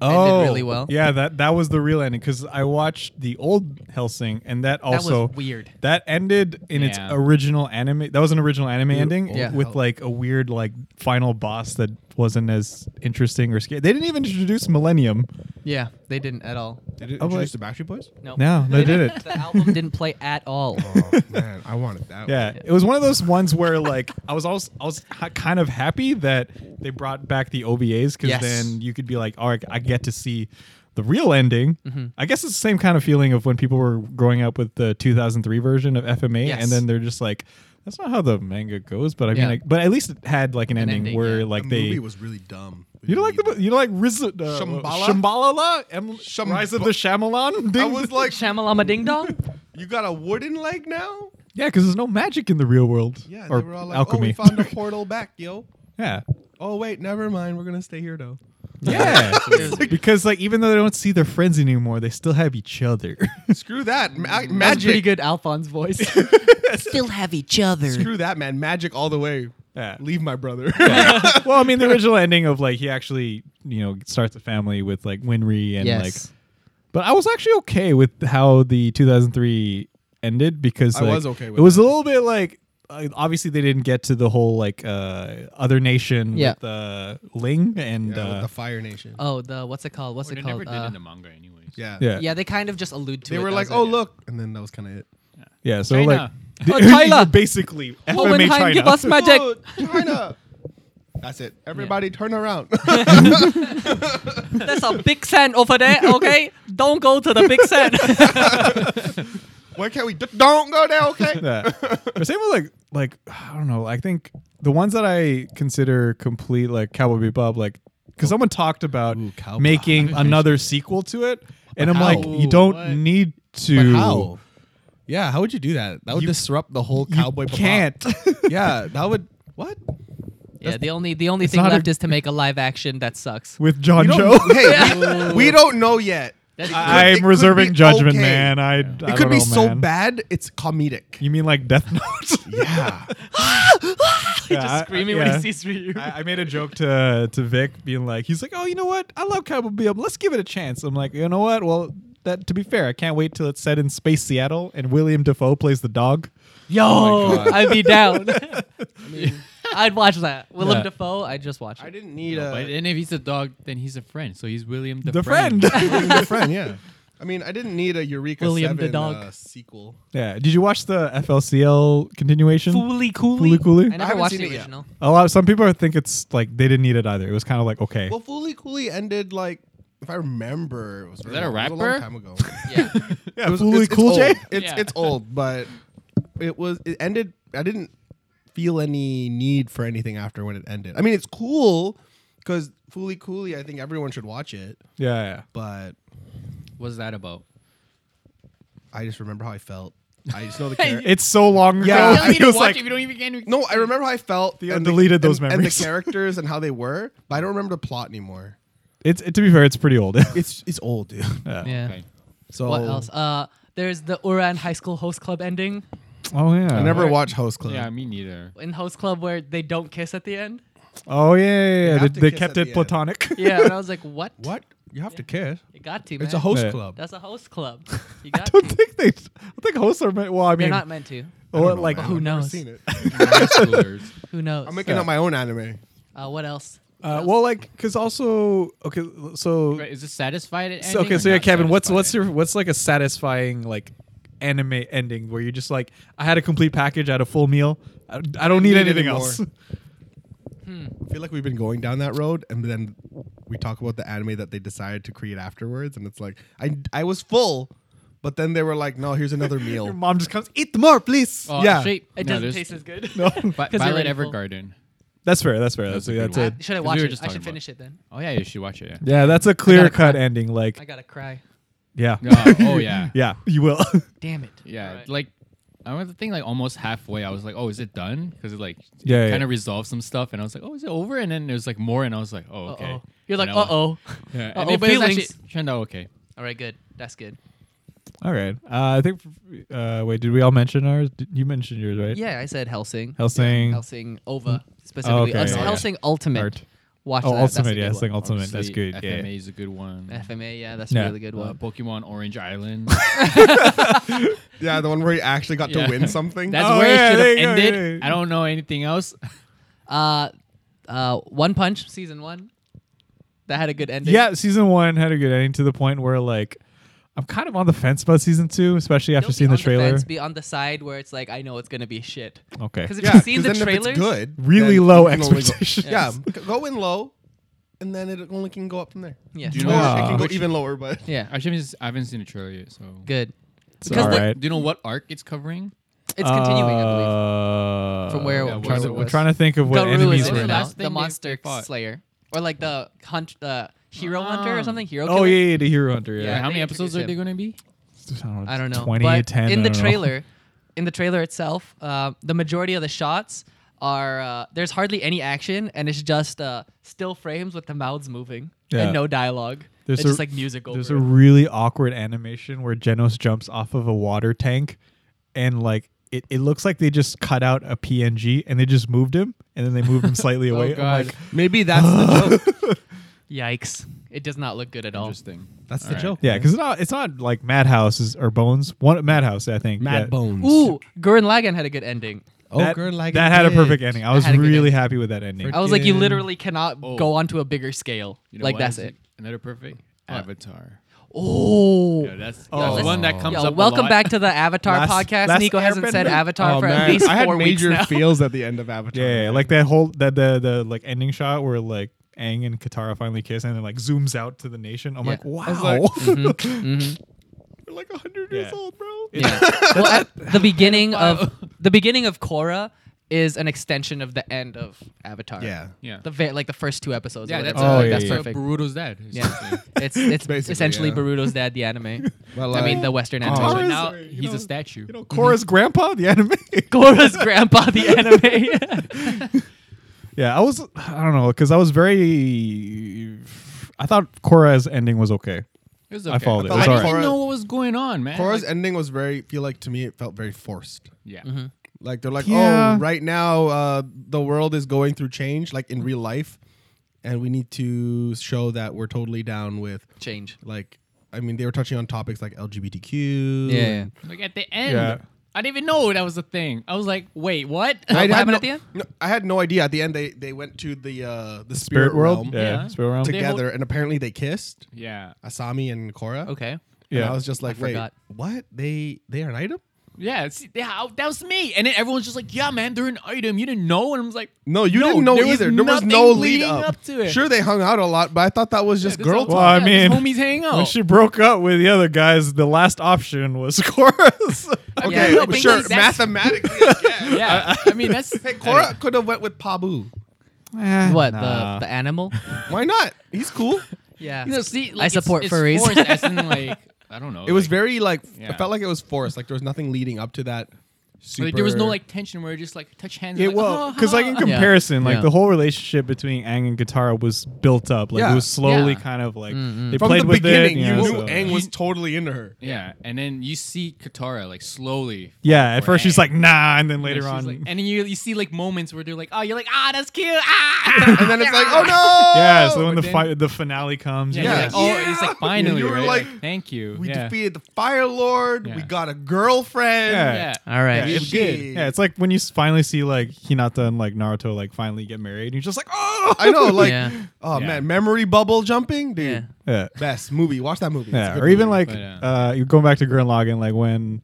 S2: Oh,
S1: really well.
S2: Yeah, that that was the real ending because I watched the old Helsing, and that
S1: That
S2: also
S1: was weird.
S2: That ended in its
S3: Yeah.
S2: original anime. That was an original anime ending
S1: Yeah.
S2: with like a weird like final boss that wasn't as interesting or scary. They didn't even introduce Millennium.
S1: Yeah, they didn't at all.
S4: Did it
S2: Oh, wait.
S4: introduce the Backstreet Boys?
S1: No,
S2: No, they did
S3: [laughs]
S2: it.
S1: The album [laughs] didn't play at all.
S4: Oh man, I wanted
S2: [laughs]
S4: that.
S2: Yeah, it was one of those ones where like I was also I was ha- kind of happy that they brought back the OVAs because
S1: Yes.
S2: then you could be like, all right, I get to see the real ending.
S1: Mm-hmm.
S2: I guess it's the same kind of feeling of when people were growing up with the 2003 version of FMA,
S1: Yes.
S2: and then they're just like, that's not how the manga goes. But I mean,
S1: Yeah.
S2: like, but at least it had like an, ending,
S1: ending,
S2: where
S1: yeah.
S2: like
S4: the
S2: they.
S4: movie was really dumb.
S2: you don't like the you don't like Riz, uh,
S4: Shambhala?
S2: Shambhala, em,
S4: Shamba-
S2: Rise of the Shyamalan.
S4: I
S2: Ding-
S4: was like,
S1: Shamalama Ding Dong.
S4: "You got a wooden leg now?"
S2: [laughs] yeah, because there's no magic in the real world.
S4: Yeah,
S2: or
S4: they were all like,
S2: alchemy.
S4: "Oh,
S2: [laughs]
S4: we found a portal back, yo."
S2: yeah,
S4: Oh wait, never mind. We're gonna stay here though.
S2: [laughs] Yeah,
S1: Seriously.
S2: because like even though they don't see their friends anymore, they still have each other.
S4: Screw that. Ma-
S1: That's pretty
S4: magic.
S1: good Alphonse voice. [laughs] Still have each other.
S4: Screw that, man. Magic all the way.
S2: Yeah.
S4: Leave my brother.
S2: [laughs] well, I mean, [laughs] the original ending of like he actually you know starts a family with like Winry and
S1: Yes.
S2: like. But I was actually okay with how the 2003 ended because
S4: I
S2: like,
S4: was okay with
S2: it was a little bit like uh, obviously they didn't get to the whole like uh other nation
S1: Yeah.
S2: with uh, Ling and
S4: Yeah,
S2: uh,
S4: with the Fire Nation.
S1: Oh, the what's it called? What's
S3: Or
S1: it
S3: they
S1: called?
S3: never did
S1: Uh,
S3: in the manga, anyways.
S4: yeah.
S2: [laughs] yeah
S1: yeah, they kind of just allude to
S4: They
S1: it.
S4: were
S1: That
S4: like,
S1: was [laughs]
S4: "Oh
S1: it.
S4: look," and then that was kind of it.
S2: yeah so
S3: China.
S2: like [laughs]
S1: Oh, China.
S2: basically FMA
S1: Hohenheim,
S2: China
S1: give us magic.
S4: Oh, China. That's it. Everybody, turn around. [laughs]
S1: There's a big sand over there, okay? Don't go to the big sand.
S4: Why can't we? D- don't go there.
S2: [laughs]
S4: Okay.
S2: that. But same with like like I don't know. I think the ones that I consider complete like Cowboy Bebop, like because someone talked about
S4: Ooh, Cowboy.
S2: making another sequel to it, and I'm
S4: how?
S2: like, you don't
S3: What?
S2: need to.
S4: Yeah. How would you do that? That would disrupt the whole
S2: You can't.
S4: [laughs] yeah. That would. What?
S1: yeah, the only the only thing
S2: not a-
S1: left is to make a live action that sucks.
S2: [laughs] [laughs] with John
S4: You
S2: Cho.
S4: don't- [laughs] hey, we, we don't know yet.
S1: That's
S4: it
S2: I'm
S4: could
S2: reserving
S4: be
S2: judgment,
S4: okay.
S2: man. I, I
S4: It
S2: don't
S4: could be
S2: know,
S4: so
S2: man.
S4: bad it's comedic.
S2: You mean like Death Note? [laughs]
S4: [laughs] Yeah.
S2: Yeah, I-
S1: just screaming
S2: yeah.
S1: when he sees Ryu.
S2: I, I made a joke to to Vic, being like, he's like, oh, you know what? I love Cowboy Bebop. Let's give it a chance. I'm like, you know what? Well, that to be fair, I can't wait till it's set in space Seattle and William Defoe plays the dog.
S1: Yo,
S3: Oh
S2: Oh,
S3: [laughs]
S4: God.
S1: I'd be
S2: [laughs]
S1: down. I would watch that. Willem
S2: Yeah.
S1: Dafoe, I'd just watch
S4: I
S1: it.
S4: didn't need
S3: But
S4: a
S3: then if he's a dog, then he's a friend. So he's William the,
S2: The, friend. [laughs]
S4: a friend. Yeah. I mean, I didn't need a Eureka
S1: William the
S4: Seven
S1: dog.
S4: uh, sequel.
S2: yeah. Did you watch the FLCL continuation?
S1: Fooly Cooly.
S2: Fooly Cooly.
S1: I
S4: I
S1: never
S4: haven't
S1: watched
S4: seen
S1: the
S4: it yet.
S1: original.
S2: A lot. Some people think it's like they didn't need it either. It was kind of like okay.
S4: Well, Fooly Cooly ended like, if I remember, it was, very
S3: that a
S4: long- it was
S3: rapper? [laughs]
S4: a long time ago.
S1: Yeah.
S2: yeah,
S4: It was-
S2: Fooly
S4: it's- it's
S2: Cool J.
S4: old. It's
S3: Yeah.
S4: it's old, but it was it ended. I didn't feel any need for anything after when it ended. I mean, it's cool because Fooly Cooley. I think everyone should watch it,
S2: [laughs] Yeah, yeah.
S4: but
S3: What's that about?
S4: I just remember how I felt. I just know the character.
S2: It's so long ago.
S4: Yeah.
S3: You don't need
S2: [laughs] it
S3: to
S2: was
S3: watch
S2: like
S3: it if you don't even get any-
S4: [laughs] No, I remember how I felt.
S2: Theo deleted those
S4: and-
S2: memories. [laughs]
S4: and the characters and how they were, but I don't remember the plot anymore.
S2: it's it, to be fair, it's pretty old. [laughs]
S4: It's it's old, dude.
S1: Yeah.
S3: Okay.
S4: So
S1: What else? Uh, there's the Uran High School Host Club ending
S2: oh yeah.
S4: I never
S3: Alright.
S4: watched Host Club.
S3: Yeah,
S2: [laughs]
S3: me neither.
S1: in Host Club where they don't kiss at the end.
S2: Oh yeah, yeah, yeah. They,
S4: have to
S2: they
S4: kiss
S2: kept
S4: at
S2: it
S4: the end.
S2: platonic. [laughs]
S1: Yeah, and I was like, what?
S4: What? You have to kiss.
S1: It got to, man.
S4: It's a host
S2: Yeah.
S4: club.
S1: That's a host
S2: [laughs]
S1: club. You
S2: I
S1: got
S2: don't
S1: to.
S2: think they. I think hosts are meant. Well, I
S1: They're
S2: mean,
S1: not meant to.
S4: I don't
S2: well,
S4: know,
S2: like
S4: man.
S1: who
S4: I've never
S1: knows?
S2: [laughs]
S4: seen it.
S3: Homeschoolers.
S1: Who knows?
S4: I'm making up my own anime.
S1: uh, what else?
S2: uh, well, like because also okay. So
S3: Right, Is this satisfied? at
S2: So,
S3: ending
S2: okay,
S3: or
S2: so yeah,
S3: not
S2: Kevin, what's
S3: satisfied
S2: what's
S3: at
S2: your what's like a satisfying like anime ending where you're just like, I had a complete package, I had a full meal, I, I don't need,
S4: need
S2: anything
S4: anymore.
S2: else.
S4: I feel like we've been going down that road, and then we talk about the anime that they decided to create afterwards, and it's like I I was full, but then they were like, no, here's another
S2: Your [laughs]
S4: meal.
S2: mom just comes, eat more, please.
S3: Oh,
S2: yeah, [laughs]
S3: straight-
S1: It
S3: no,
S1: doesn't
S3: there's-
S1: taste as good. [laughs]
S2: No.
S3: Vi-
S1: 'Cause they're
S3: Violet
S1: already full.
S3: Evergarden.
S2: that's fair. That's fair. That's
S3: a
S2: that's,
S3: good
S2: it.
S3: one.
S1: Should I
S3: We
S1: watch
S3: were
S1: it?
S3: just
S1: I
S3: talking
S1: should
S3: about
S1: finish it then.
S3: Oh yeah, you should
S2: [laughs]
S3: watch it. Yeah.
S2: Yeah, that's a clear cut
S1: cry.
S2: ending. Like,
S1: I gotta cry.
S2: yeah,
S3: Yeah, oh yeah.
S2: yeah, [laughs] you will.
S1: Damn it.
S3: Yeah,
S1: Alright.
S3: like I remember the thing like almost halfway. I was like, "Oh, is it done?" Because it like
S2: Yeah, yeah.
S3: kind of resolved some stuff, and I was like, "Oh, is it over?" And then there's like more, and I was like, "Oh, okay."
S1: Uh-oh. You're like,
S3: And I
S1: uh
S3: wa-
S2: [laughs]
S1: oh.
S3: Yeah,
S1: uh-oh,
S3: and it, but it's actually
S1: feelings.
S3: turned out okay.
S1: All right, good. That's good.
S2: all right. Uh, I think. Uh, wait, did we all mention ours? Did, you mentioned yours, right?
S1: Yeah, I said Helsing.
S2: Helsing.
S1: Helsing Ova specifically.
S2: okay,
S1: Uh,
S2: yeah, yeah.
S1: Helsing Ultimate.
S2: Art.
S1: Watch
S2: Oh,
S1: that.
S2: ultimate. Yeah,
S1: That's a
S2: Helsing
S1: good one.
S2: ultimate. Oh, That's
S3: Obviously,
S2: good. Yeah.
S3: FMA is a good one.
S1: FMA. Yeah, that's
S2: Yeah.
S1: a really good
S3: Uh,
S1: one.
S3: Pokemon
S2: [laughs]
S3: Orange Island.
S4: yeah, the one where you actually got
S3: Yeah.
S4: to win something.
S3: That's
S2: Oh,
S3: where
S2: yeah, there
S3: it
S2: you
S3: should
S2: go,
S3: have ended.
S2: yeah, yeah.
S3: I don't know anything else. [laughs]
S1: Uh, uh, One Punch season one. That had a good ending.
S2: Yeah, season one had a good ending to the point where like I'm kind of on the fence about season two, especially after
S1: Don't
S2: seeing
S1: be
S2: the
S1: on
S2: trailer.
S1: fence, be on the side where it's like I know it's gonna be shit.
S2: okay.
S1: Because if
S4: Yeah,
S1: you've seen
S4: 'cause
S1: the
S4: then if it's
S1: trailers,
S4: good,
S2: Really
S4: then
S2: low
S4: you can only go-
S2: expectations.
S4: Yeah, g- go in low, and then it only can go up from there.
S1: Yeah.
S3: Do you
S4: Or
S3: know?
S2: Yeah.
S4: it can go
S3: which-
S4: even lower, but
S1: yeah,
S3: I shouldn't- I haven't seen the trailer yet, so.
S1: good.
S2: It's
S1: because
S2: all
S1: the-
S2: right. Uh,
S3: Do you know what arc it's covering?
S1: It's continuing, I believe.
S2: believe.
S1: From where- Yeah, where
S2: I'm trying,
S1: it
S2: to, we're
S1: was.
S2: trying to think of what
S1: Garou
S2: enemies
S1: is
S2: were.
S1: in
S3: the
S1: it
S2: now.
S1: now,
S3: last
S1: the
S3: thing they-
S1: monster
S3: they fought.
S1: slayer, or like the hunt, uh, hero hunter or
S3: Ah.
S1: something. Hero.
S2: Oh
S1: killer?
S2: yeah, yeah, the hero hunter.
S1: Yeah,
S2: Yeah.
S3: How
S1: they
S3: many episodes
S1: introduced
S3: are they
S1: him.
S3: going to be?
S1: I don't know.
S2: 20,
S1: but
S2: 10,
S1: in
S2: I
S1: the
S2: don't know.
S1: trailer, in the trailer itself, uh, the majority of the shots are uh, there's hardly any action, and it's just uh, still frames with the mouths moving
S2: Yeah.
S1: and no dialogue.
S2: There's
S1: it's
S2: a-
S1: just like music over.
S2: There's a
S1: it.
S2: really awkward animation where Genos jumps off of a water tank, and like it, it looks like they just cut out a PNG and they just moved him, and then they moved
S1: [laughs]
S2: him
S1: Oh,
S2: slightly away. I'm
S3: Oh, God.
S2: like,
S4: maybe
S3: [laughs]
S4: that's the joke.
S1: Yikes! It does not look good at all.
S3: Interesting.
S4: That's the
S3: All right.
S4: joke.
S2: Yeah, because it's not it's not like Madhouse is, or Bones. One Madhouse, I think. yeah.
S4: Bones.
S1: Ooh, Gurren Lagann had a good ending.
S4: oh,
S2: That,
S4: girl, like
S2: that had a perfect ending. I was
S1: had a good
S2: really
S1: ending. oh,
S2: happy with that ending.
S1: I was like, you
S4: Freaking-
S1: literally cannot
S3: Oh.
S1: go onto a bigger scale.
S3: You know
S1: like
S3: what
S1: that's
S3: is
S1: it.
S3: Another perfect Avatar.
S1: Oh.
S3: Yeah, that's, that's
S2: Oh.
S3: the one that comes
S1: Yo,
S3: up. a
S1: welcome
S3: lot.
S1: back to the Avatar
S2: Last-
S1: podcast.
S2: last
S1: Nico hasn't said
S2: Airbender.
S1: Avatar [laughs] for
S4: Oh, man.
S1: at least
S4: I had
S1: four weeks
S4: major
S1: now.
S4: feels at the end of Avatar.
S2: Yeah, yeah, like that whole that the the like ending shot where like Aang and Katara finally kiss and then like zooms out to the nation. I'm
S1: Yeah.
S2: like, wow.
S4: like-
S1: Mhm.
S4: We're like 100
S2: Yeah.
S4: years old, bro.
S1: Yeah. [laughs] well, at the
S3: [laughs]
S1: beginning of the beginning of Korra is an extension of the end of Avatar.
S4: Yeah.
S3: Yeah.
S1: The ve- like the first two episodes. or
S3: Yeah, that's,
S1: whatever.
S2: Oh,
S3: uh,
S2: yeah,
S3: that's
S2: yeah.
S3: uh, Boruto's dad.
S1: [laughs] Yeah.
S4: [laughs]
S1: It's it's
S4: Basically,
S1: essentially
S4: yeah.
S1: Boruto's dad, the
S4: [laughs]
S1: anime.
S4: Well,
S1: I mean,
S4: like,
S1: the Western anime.
S2: Katara's-
S3: So
S4: [laughs]
S2: Boruto's-
S3: now
S2: you
S3: he's
S2: know-
S3: a statue.
S2: You know, Korra's grandpa, the anime. [laughs]
S1: Korra's grandpa,
S4: [laughs]
S1: the
S3: [laughs]
S1: anime.
S2: yeah, I was I don't know because I was very. I thought Korra's ending was okay.
S3: It was
S2: I
S3: okay.
S2: followed it.
S3: I,
S2: It was
S3: didn't
S4: alright.
S3: know what was going on, man.
S4: Korra's
S3: Like-
S4: ending was very. Feel like to me, it felt very forced.
S3: yeah.
S1: Mm-hmm.
S4: Like they're like,
S2: Yeah.
S4: oh, right now uh, the world is going through change, like in real life, and we need to show that we're totally down with
S1: Change.
S4: like. I mean, they were touching on topics like LGBTQ.
S1: Yeah.
S3: Like at the end,
S2: Yeah.
S3: I didn't even know that was a thing. I was like, wait, what?
S4: I
S1: What
S4: had
S1: happened
S4: no,
S1: at the end?
S4: no, I had no idea. At the end, they they went to the uh, the spirit,
S2: Spirit world,
S4: realm
S2: yeah,
S3: Yeah.
S2: spirit realm.
S3: They
S4: together,
S3: hold-
S4: and apparently they kissed
S3: yeah.
S4: Asami and
S1: [laughs]
S4: Korra.
S1: Okay.
S4: Yeah,
S2: Yeah.
S4: I was just like, wait,
S1: forgot.
S4: what? They they are an item?
S3: Yeah, see, yeah, I- that was me. And then everyone's just like, "Yeah, man, they're an item. You didn't know." And I was like,
S4: No, you
S3: No,
S4: didn't know
S3: there was
S4: either. There was
S3: nothing
S4: no lead
S3: leading
S4: up.
S3: up to it.
S4: Sure, they hung out a lot, but I thought that was just
S3: this
S4: girl
S3: whole
S4: talk.
S2: Well, I
S3: time, yeah,
S2: mean,
S3: these homies hang
S2: When
S3: out.
S2: she broke up with the other guys, the last option was [laughs] Korra's.
S4: Okay,
S1: Yeah, I
S3: think
S4: sure.
S3: that's-
S4: Mathematically,
S3: [laughs]
S4: yeah.
S3: yeah, I mean that's
S4: Hey, Korra could have went with Pabu.
S1: What
S2: Nah.
S1: the the animal?
S4: Why not? He's cool.
S1: Yeah.
S3: [laughs] You know, see, like,
S1: I
S3: it's-
S1: support
S3: it's
S1: furries. [laughs]
S3: forced as in, like I don't know.
S4: It was
S3: like-
S4: very like
S3: Yeah.
S4: I felt like it was forced. Like there was nothing leading up to that. Super.
S3: like there was no like tension where you just like touch hands.
S2: It
S3: and,
S2: well,
S3: like, oh, uh-huh,
S2: because like in comparison, like
S1: Yeah.
S2: the whole relationship between Ang and Katara was built up. Like
S4: Yeah.
S2: it was slowly
S3: Yeah.
S2: kind of like
S1: Mm-hmm.
S2: they
S4: from
S2: played
S4: the
S2: with
S4: beginning.
S2: it.
S4: you
S2: yeah,
S4: knew
S2: so-
S4: Aang was totally into her.
S3: yeah, and then you see Katara like slowly.
S2: yeah, at first she's
S3: Aang.
S2: like nah, and then
S3: and
S2: later
S3: she's
S2: on,
S3: like- and then you you see like moments where they're like, oh, you're like, ah, that's cute, ah,
S4: [laughs] And then it's like, oh no!
S2: yeah. So when the
S3: then-
S2: fi- the finale comes,
S3: yeah,
S2: you're
S3: you're like,
S4: Yeah.
S3: oh,
S4: Yeah.
S3: it's like finally,
S4: You were
S3: right?
S4: like,
S3: thank you.
S4: we
S3: yeah.
S4: defeated the Fire Lord. We
S3: Yeah.
S4: got a girlfriend.
S2: Yeah.
S3: Yeah.
S1: All right.
S4: Yeah.
S2: It's good.
S4: Shit.
S2: Yeah, it's like when you s- finally see like Hinata and like Naruto like finally get married, and you're just like, oh,
S4: I know, like,
S1: Yeah.
S4: oh
S3: Yeah.
S4: man, memory bubble jumping, dude.
S1: Yeah.
S2: yeah,
S4: Best movie. Watch that movie. It's a
S2: yeah.
S4: good
S2: Or even
S4: movie.
S2: like
S3: but, uh,
S2: uh, you're going back to Gurren Lagann, like when,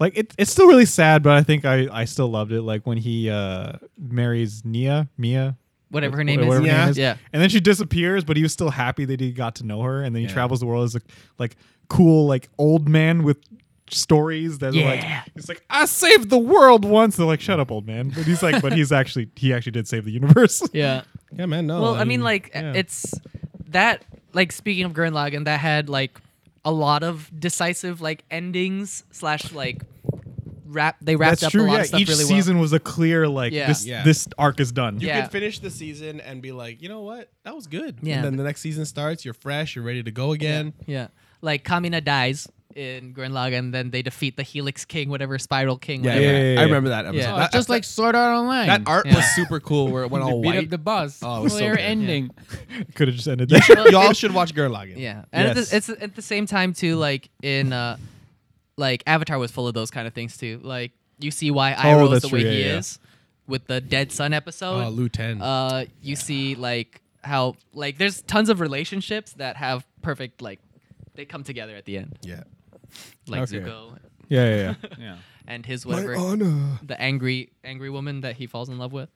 S2: like it, it's still really sad, but I think I I still loved it. Like when he uh marries Nia, Mia,
S1: Whatever her name is.
S2: whatever her
S4: Yeah.
S2: name is.
S1: Yeah.
S2: and then she disappears, but he was still happy that he got to know her, and then he
S3: Yeah.
S2: travels the world as a like cool like old man with stories that are
S1: Yeah.
S2: like it's like I saved the world once. They're like, shut up, old man. But he's like, but
S1: [laughs]
S2: he's actually he actually did save the universe.
S1: Yeah.
S4: yeah, man. No,
S1: well, I mean, like
S2: Oh, yeah.
S1: it's that. Like speaking of Gurren Lagann, that had like a lot of decisive like endings slash like wrap. They wrapped
S2: That's
S1: up
S2: true.
S1: a lot
S2: Yeah,
S1: of stuff
S2: each
S1: really
S2: season was a clear like
S1: Yeah.
S2: this
S4: Yeah.
S2: this arc is done.
S4: you
S1: Yeah.
S4: can finish the season and be like, you know what, that was good.
S1: Yeah.
S4: And then the next season starts. You're fresh. You're ready to go again.
S1: well. Yeah, like Kamina dies in Gurren Lagann, then they defeat the Helix King, whatever Spiral King.
S4: Yeah,
S1: whatever.
S2: yeah, yeah, yeah.
S4: I remember that episode.
S1: Yeah.
S3: Oh,
S4: That-
S3: just like Sword Art Online.
S4: that art
S1: Yeah.
S4: was super cool. Where it
S3: [laughs]
S4: went all
S3: beat
S4: white.
S3: up
S1: [laughs]
S3: the boss.
S4: Oh, it
S3: Oh,
S4: was so
S3: player
S4: good. Yeah.
S3: ending.
S2: Could have just ended there.
S4: Y'all should watch Girl Lagann.
S1: Yeah, and
S2: Yes.
S1: at the, it's at the same time too. Like in, uh like Avatar was full of those kind of things too. Like you see why Iroh is
S2: Oh, that's
S1: the
S2: true,
S1: way
S2: yeah,
S1: he
S2: yeah.
S1: is with the Dead Sun episode.
S4: Oh, Lu Ten.
S1: uh, you see like how like there's tons of relationships that have perfect like they come together at the end,
S4: yeah.
S1: like
S2: Okay.
S1: Zuko
S2: yeah, yeah,
S1: [laughs]
S3: [laughs]
S2: yeah.
S3: Yeah.
S1: and his whatever
S4: honor.
S1: the angry angry woman that he falls in love with,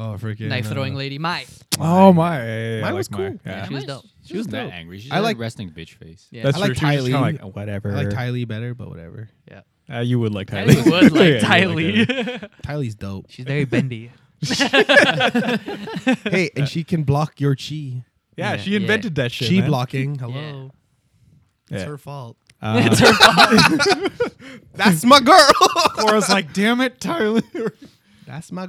S4: Oh, freaking
S1: knife
S4: uh,
S1: throwing lady Mai.
S2: oh my, yeah, yeah, yeah,
S4: Mine
S2: I
S4: was
S2: like mine.
S4: cool.
S2: Yeah.
S1: She was dope.
S3: She was
S4: dope.
S3: that angry. She's
S4: I
S3: I
S4: like-
S3: like resting bitch face.
S1: Yeah,
S2: That's
S4: I like
S2: true. She was just kinda
S4: Tylee.
S2: like, whatever.
S4: I like Ty Lee better, but whatever.
S1: yeah.
S2: Uh, you would like
S1: I
S2: Tylee.
S1: think it was
S2: [laughs] Yeah,
S1: like
S2: you
S1: Ty
S2: would
S1: Lee.
S2: Tylee.
S1: [laughs]
S4: Ty Lee's dope.
S1: She's very bendy.
S4: [laughs] hey, and she can block your chi.
S2: Yeah,
S1: Yeah,
S2: she
S1: yeah.
S2: invented that shit.
S4: Chi
S2: man.
S4: blocking.
S1: Yeah.
S4: Hello. It's
S2: Yeah.
S4: her fault.
S2: Uh,
S1: [laughs] It's her fault.
S4: That's my girl. [laughs]
S2: Cora's like, damn it, [laughs] Tylee.
S4: That's my
S2: yeah.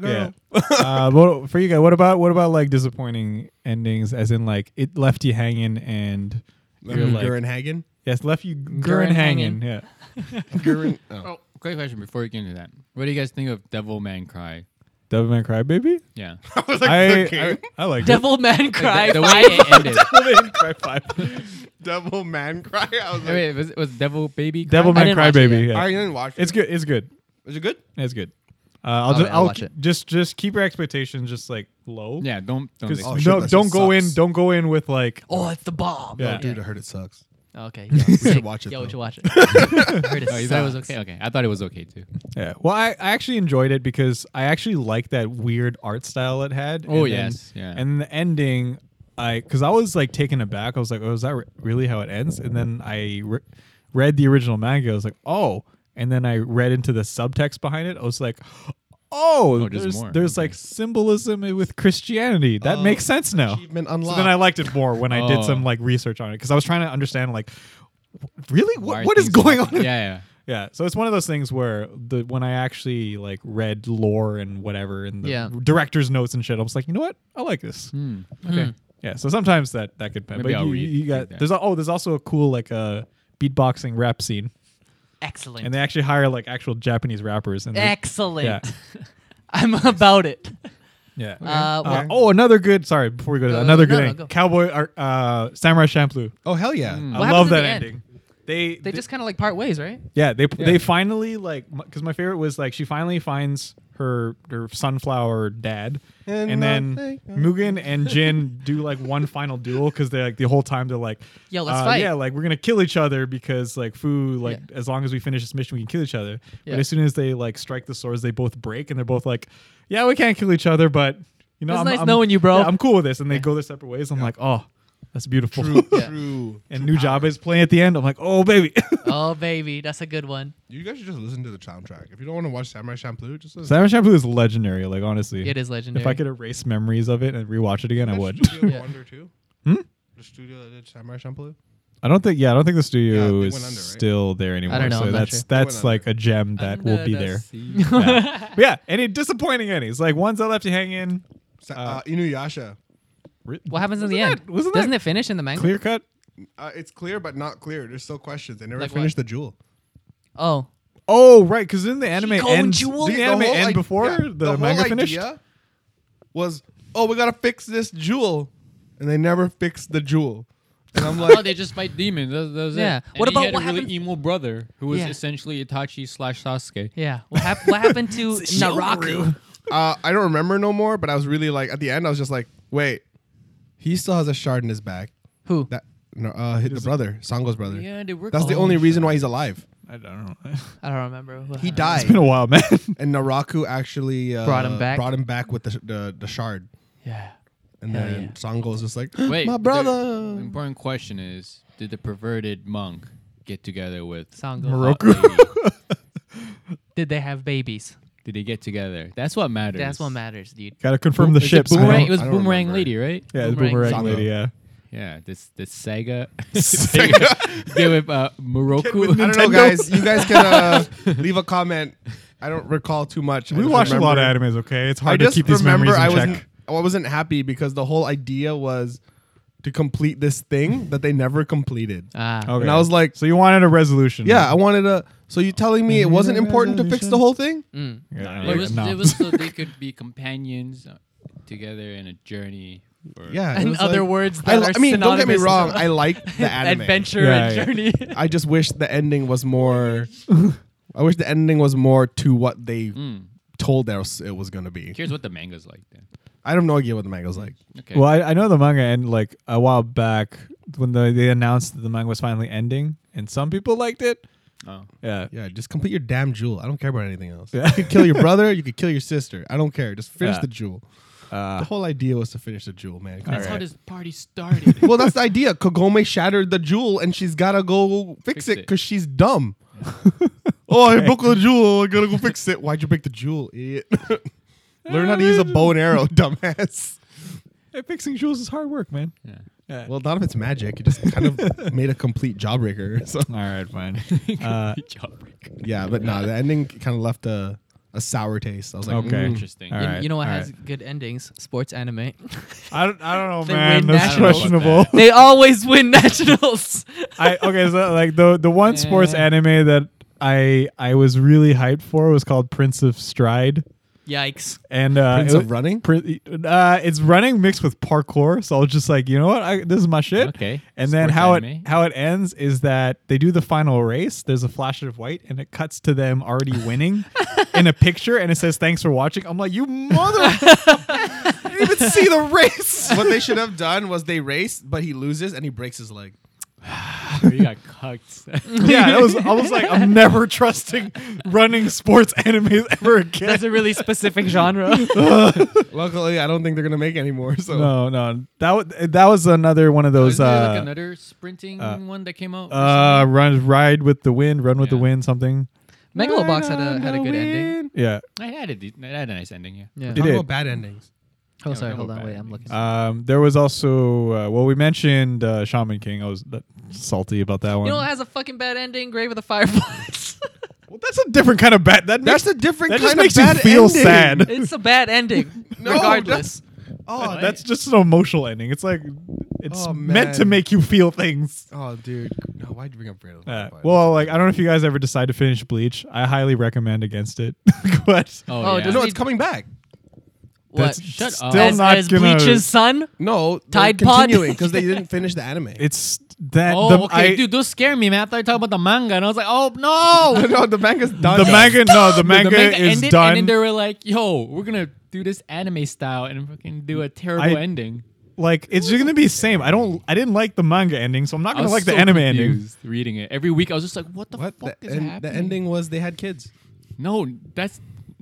S4: girl.
S2: uh, what, for you guys, what about what about like disappointing endings? As in, like it left you hanging, and you're like,
S4: Gurren Hagen.
S2: yes, left you Gurren hanging.
S1: hanging.
S2: Yeah.
S4: Gurren. [laughs] Oh.
S3: Oh, great question. Before we get into that, what do you guys think of Devil Man Cry?
S2: Devilman Crybaby.
S4: [laughs]
S3: Yeah.
S4: I was like,
S2: I,
S4: the
S2: I
S4: game.
S2: I like [laughs]
S1: Devil Man Cry.
S3: the, the way
S1: Five.
S3: it ended.
S2: Devilman Crybaby.
S4: Devil Man Cry. I was like,
S3: Wait, was, was Devil Baby? Cry?
S1: I
S2: Devilman
S1: didn't watch it
S2: Crybaby.
S4: I
S2: Yeah.
S4: didn't watch it.
S2: It's good. It's good.
S4: Is it good?
S2: It's good. Uh, I'll,
S1: Okay,
S2: just,
S1: I'll
S2: I'll,
S1: watch
S2: ke-
S1: it.
S2: just just keep your expectations just like low.
S3: Yeah. Don't don't.
S2: 'Cause
S3: They,
S4: Oh, shit,
S2: no,
S4: that
S2: don't
S4: shit
S2: go in.
S4: sucks.
S2: Don't go in with like.
S1: Oh, it's the bomb.
S2: Yeah.
S4: Dude, I heard it sucks.
S1: Okay. Yeah, we
S4: should watch it,
S1: Yeah,
S4: though.
S1: we should watch it. I heard it
S3: oh, you thought it was
S1: sucks.
S3: okay? Okay, I thought it was okay too.
S2: Yeah. Well, I, I actually enjoyed it because I actually liked that weird art style it had.
S3: Oh,
S2: and then-
S3: yes, yeah.
S2: And the ending, I because I was like taken aback. I was like, oh, is that re- really how it ends? And then I re- read the original manga. I was like, oh. And then I read into the subtext behind it. I was like, [gasps] oh,
S3: Oh, there's
S2: there's,
S3: more.
S2: there's, like symbolism with Christianity. That
S4: Oh,
S2: makes sense now.
S4: Achievement
S2: So
S4: unlocked.
S2: then I liked it more when I did
S3: Oh.
S2: some like research on it because I was trying to understand like, w- really,
S3: Why
S2: what,
S3: are
S2: what is
S3: things
S2: going
S3: like-
S2: on?
S3: Yeah,
S1: [laughs]
S3: yeah.
S2: Yeah, so it's one of those things where the when I actually like read lore and whatever and the
S1: Yeah. Hmm.
S2: director's notes and shit, I was like, you know what, I like this. Okay, yeah. So sometimes that that could pen,
S3: Maybe
S2: but
S3: I'll
S2: you,
S3: read-
S2: you got
S3: read that.
S2: there's a, oh there's also a cool like uh, beatboxing rap scene,
S1: Excellent.
S2: and they actually hire like actual Japanese rappers. And they-
S1: Excellent. [laughs] I'm about it.
S2: yeah.
S1: Uh,
S2: Uh,
S1: well,
S2: oh, another good. Sorry, before we go to
S1: Go,
S2: that, another
S1: go, no,
S2: good
S1: no,
S2: ending.
S1: go.
S2: Cowboy Ar- uh, Samurai Champloo.
S4: oh hell yeah.
S1: What
S2: I
S1: happens
S2: love
S1: at the
S2: that
S1: end?
S2: ending. They,
S1: they just kind of like part ways, right?
S2: Yeah, they they finally like because my favorite was like she finally finds her her sunflower dad, and,
S4: And
S2: then
S4: nothing
S2: Mugen and
S4: [laughs]
S2: Jin do like one final duel because they like the whole time they're like,
S1: Yo, let's
S2: uh,
S1: fight.
S2: yeah, like we're gonna kill each other because like Fu like as long as we finish this mission we can kill each other.
S1: Yeah.
S2: But as soon as they like strike the swords, they both break and they're both like, yeah, we can't kill each other, but you know,
S1: It's
S2: I'm,
S1: nice
S2: I'm-
S1: knowing you, bro."
S2: yeah, I'm cool with this, and they go their separate ways. I'm like, oh, that's beautiful.
S1: Yeah.
S4: True.
S2: [laughs] and New Job is playing at the end. I'm like, oh baby.
S1: [laughs] oh baby, that's a good one.
S4: You guys should just listen to the soundtrack. If you don't want to watch Samurai Champloo, just listen.
S2: Samurai Champloo is legendary. Like honestly,
S1: It is legendary.
S2: If I could erase
S4: [laughs]
S2: memories of it and rewatch it again, I would. Hmm?
S4: Studio
S1: Yeah.
S4: Wonder too. The studio that did Samurai Champloo.
S2: I don't think. Yeah, I don't think the studio
S4: Yeah, they
S2: is
S4: went under, right?
S2: still there anymore.
S1: know,
S2: So
S1: I'm not
S2: that's
S1: sure.
S2: that's
S4: They
S2: like
S4: went
S2: a gem that will be there.
S1: [laughs]
S2: Yeah. But yeah, any disappointing Emmys like ones that left you hanging.
S4: Sa- uh, Inuyasha.
S2: Ri-
S1: What happens in the
S2: Wasn't
S1: end?
S2: that- wasn't
S1: Doesn't
S2: that
S1: it finish in the manga?
S2: Clear cut.
S4: Uh, it's clear, but not clear. There's still questions. They never
S1: Like what?
S4: finished the jewel.
S1: Oh,
S2: Oh right, because didn't the anime
S1: Shiko
S2: end?
S1: Jewel?
S2: Didn't the
S4: The
S2: anime
S4: whole
S2: end
S4: i-
S2: before
S4: yeah,
S2: the,
S4: whole
S2: manga finished?
S4: idea Was oh, we gotta fix this jewel, and they never fixed the jewel. And I'm
S3: Oh,
S4: like,
S3: they just fight demons. That, that was
S1: Yeah.
S3: It. And
S1: What
S3: he
S1: about
S3: had
S1: what
S3: a really
S1: happened-
S3: emo brother who was
S1: Yeah.
S3: essentially Itachi slash Sasuke?
S1: yeah. What, hap- what happened to Naraku?
S4: uh, I don't remember no more. But I was really like, at the end, I was just like, wait, he still has a shard in his back.
S1: Who?
S4: That no, uh, hit the brother, Sango's brother.
S3: Yeah, they were.
S4: That's the only reason why he's alive.
S2: [laughs] I don't know.
S1: I don't remember. What
S4: He
S1: happened.
S2: It's been
S4: died,
S2: a while, man. [laughs]
S4: and Naraku actually uh,
S1: Brought him back?
S4: Brought him back with the the, the shard,
S1: Yeah.
S4: and
S1: Hell
S4: then
S1: yeah.
S4: Sango was just like,
S3: Wait,
S4: my
S3: but the- The
S4: brother.
S3: important question is: Did the perverted monk get together with
S1: Sango.
S3: the hot
S1: [laughs]
S3: lady?
S1: Did they have babies?
S3: Did they get together? That's what matters.
S1: That's what matters, dude.
S2: Gotta confirm the
S3: Is it
S2: ships. man.
S3: Boomerang.
S4: I
S3: It was
S4: don't
S3: boomerang
S4: remember.
S3: lady, right?
S2: Yeah, the
S1: Boomerang.
S2: boomerang
S4: Saga.
S2: lady. Yeah.
S3: Yeah. This this Sega. [laughs]
S2: Sega.
S3: Get with uh, [laughs] Moroku.
S4: I don't know,
S2: Nintendo.
S4: guys. You guys can uh, [laughs] leave a comment. I don't recall too much. I
S2: We
S4: just
S2: watch a lot of animes.
S4: remember-
S2: Okay, it's
S4: I
S2: hard to
S4: just
S2: keep these
S4: remember
S2: memories
S4: I
S2: in
S4: wasn't.
S2: check.
S4: I wasn't happy because the whole idea was to complete this thing that they never completed,
S1: Ah.
S2: Okay.
S4: and I was like,
S2: So you wanted a resolution?
S4: "Yeah, I wanted a." So you telling me it wasn't important to fix the whole thing?
S1: Mm.
S2: Yeah,
S3: It
S2: like,
S3: was,
S2: no.
S3: it
S2: [laughs]
S3: was so they could be companions uh, together in a journey. for-
S4: Yeah. it
S1: In
S4: was
S1: Mm. other
S4: like-
S1: words,
S4: I,
S1: that
S4: li-
S1: are
S4: I mean, don't get me
S1: synonymous with
S4: wrong. I like
S1: [laughs]
S4: the anime.
S1: adventure
S2: Yeah, yeah.
S1: and journey.
S4: I just wish the ending was
S1: [laughs]
S4: more. I wish the ending was more to what they
S3: Mm.
S4: told us it was going to be.
S3: Here's what the manga's like then.
S4: I have no idea what the manga's like.
S3: Okay.
S2: Well, I, I know the manga and like a while back when the, they announced that the manga was finally ending, and some people liked it.
S3: Oh.
S2: Yeah.
S4: Yeah, just complete your damn jewel. I don't care about anything else.
S2: Yeah.
S4: You
S2: [laughs]
S4: could kill your brother, you could kill your sister. I don't care. Just finish
S2: Yeah.
S4: the jewel. The
S2: Uh,
S4: whole idea was to finish the jewel, man.
S2: All
S3: That's how
S2: right.
S3: this party started.
S4: Well, that's the idea. Kagome shattered the jewel and she's got to go fix
S3: Fix
S4: it
S3: it.
S4: because she's dumb. oh, I broke the jewel. I got to go fix it. Why'd you break the jewel, idiot? [laughs] Learn how to use a bow and arrow, [laughs] dumbass.
S2: hey, fixing jewels is hard work, man.
S3: [laughs] [laughs] yeah.
S2: Yeah.
S4: Well, not if it's magic. You just kind of made a complete jawbreaker. [laughs] So,
S2: All right, fine. Uh,
S3: Good job, Rick.
S4: yeah, but no, the ending kind of left a, a sour taste. I was like,
S2: Okay.
S4: mm.
S3: Interesting.
S2: All
S1: You-
S2: right,
S1: you know what
S2: all
S1: has
S2: right.
S1: good endings? Sports anime.
S2: I don't, I don't know,
S1: They win
S2: man. That's
S3: nationals.
S2: questionable.
S4: [laughs]
S1: they always win nationals. [laughs]
S2: I okay, so like the the one sports
S3: Yeah.
S2: anime that I I was really hyped for was called Prince of Stride,
S1: Yikes.
S2: and uh,
S4: Prince
S2: it
S4: of
S2: wa-
S4: Running?
S2: Prin- uh, it's running mixed with parkour. So I was just like, you know what, I, this is my shit.
S3: Okay.
S2: And then
S3: Sports
S2: how
S3: anime.
S2: it how it ends is that they do the final race. There's a flash of white, and it cuts to them [laughs] already winning in a picture, and it says "Thanks for watching." I'm like, you mother! [laughs] I didn't even see [laughs] the race.
S4: what they should have done was they race, but he loses and he breaks his leg.
S3: you got cucked.
S2: yeah, that was. I was like, I'm never trusting running sports animes ever again.
S1: That's a really specific genre.
S4: Luckily, I don't think they're gonna make any more.
S2: [laughs]
S4: So
S2: No, no, that was that was another one of those.
S3: Wasn't there like
S2: Uh,
S3: another sprinting
S2: uh,
S3: one that came out?
S2: uh, run, ride with the wind, run with the
S3: Yeah.
S2: wind, something.
S1: Megalobox had a had a good ending.
S2: Yeah.
S3: I had a, de- it had a nice ending, yeah.
S1: Yeah.
S2: It
S4: Talk
S2: did.
S4: about bad endings.
S1: Oh,
S3: Yeah,
S1: sorry.
S3: Megalobox
S1: Hold on.
S3: had
S1: Wait, I'm
S3: endings.
S1: looking.
S2: Um, there was also uh, well, we mentioned uh, Shaman King. I was uh, salty about that one.
S1: you know what has a fucking bad ending? Grave of the Fireflies. [laughs]
S2: well, that's a different kind of bad. That
S4: That's
S2: makes,
S4: a different
S2: that just
S4: kind of
S2: makes you
S4: bad
S2: feel
S4: ending.
S2: sad.
S1: it's a bad ending,
S4: No,
S1: regardless.
S4: Oh,
S2: that's just an emotional ending. It's like it's
S4: Oh,
S2: meant to
S4: man.
S2: make you feel
S4: [laughs]
S2: things.
S4: oh, dude. No, why'd you bring up Brandon?
S2: Uh, well, like I don't know if you guys ever decide to finish Bleach. I highly recommend against it, [laughs] but
S1: Oh,
S3: Oh, yeah.
S1: doesn't
S4: no,
S1: it-
S4: it's coming back.
S1: What?
S2: that's
S3: Shut
S2: still
S3: up.
S1: as,
S2: not
S1: as
S2: gonna.
S1: Bleach's son?
S4: No, they're
S1: Tide Pod?
S4: continuing because [laughs] they didn't finish the anime.
S2: it's that
S3: oh,
S2: the,
S3: okay,
S2: I-
S3: dude, those scare me, man. I thought you were talking about the manga, and I was like, oh
S2: [laughs]
S3: no,
S4: [laughs] no, the manga's done.
S2: the
S4: now.
S2: manga. No, the manga,
S3: the manga
S2: is
S3: ended,
S2: done.
S3: And then they were like, yo, we're gonna do this anime style and fucking do a terrible
S2: I-
S3: ending.
S2: like it's just gonna be same. I don't. I didn't like the manga ending, so I'm not
S3: I
S2: gonna
S3: was
S2: like
S3: so
S2: the anime ending.
S3: confused Reading it every week, I was just like, what the
S4: What?
S3: fuck
S4: The,
S3: is
S4: en- the
S3: happening?
S4: ending was they had kids.
S3: No, that's.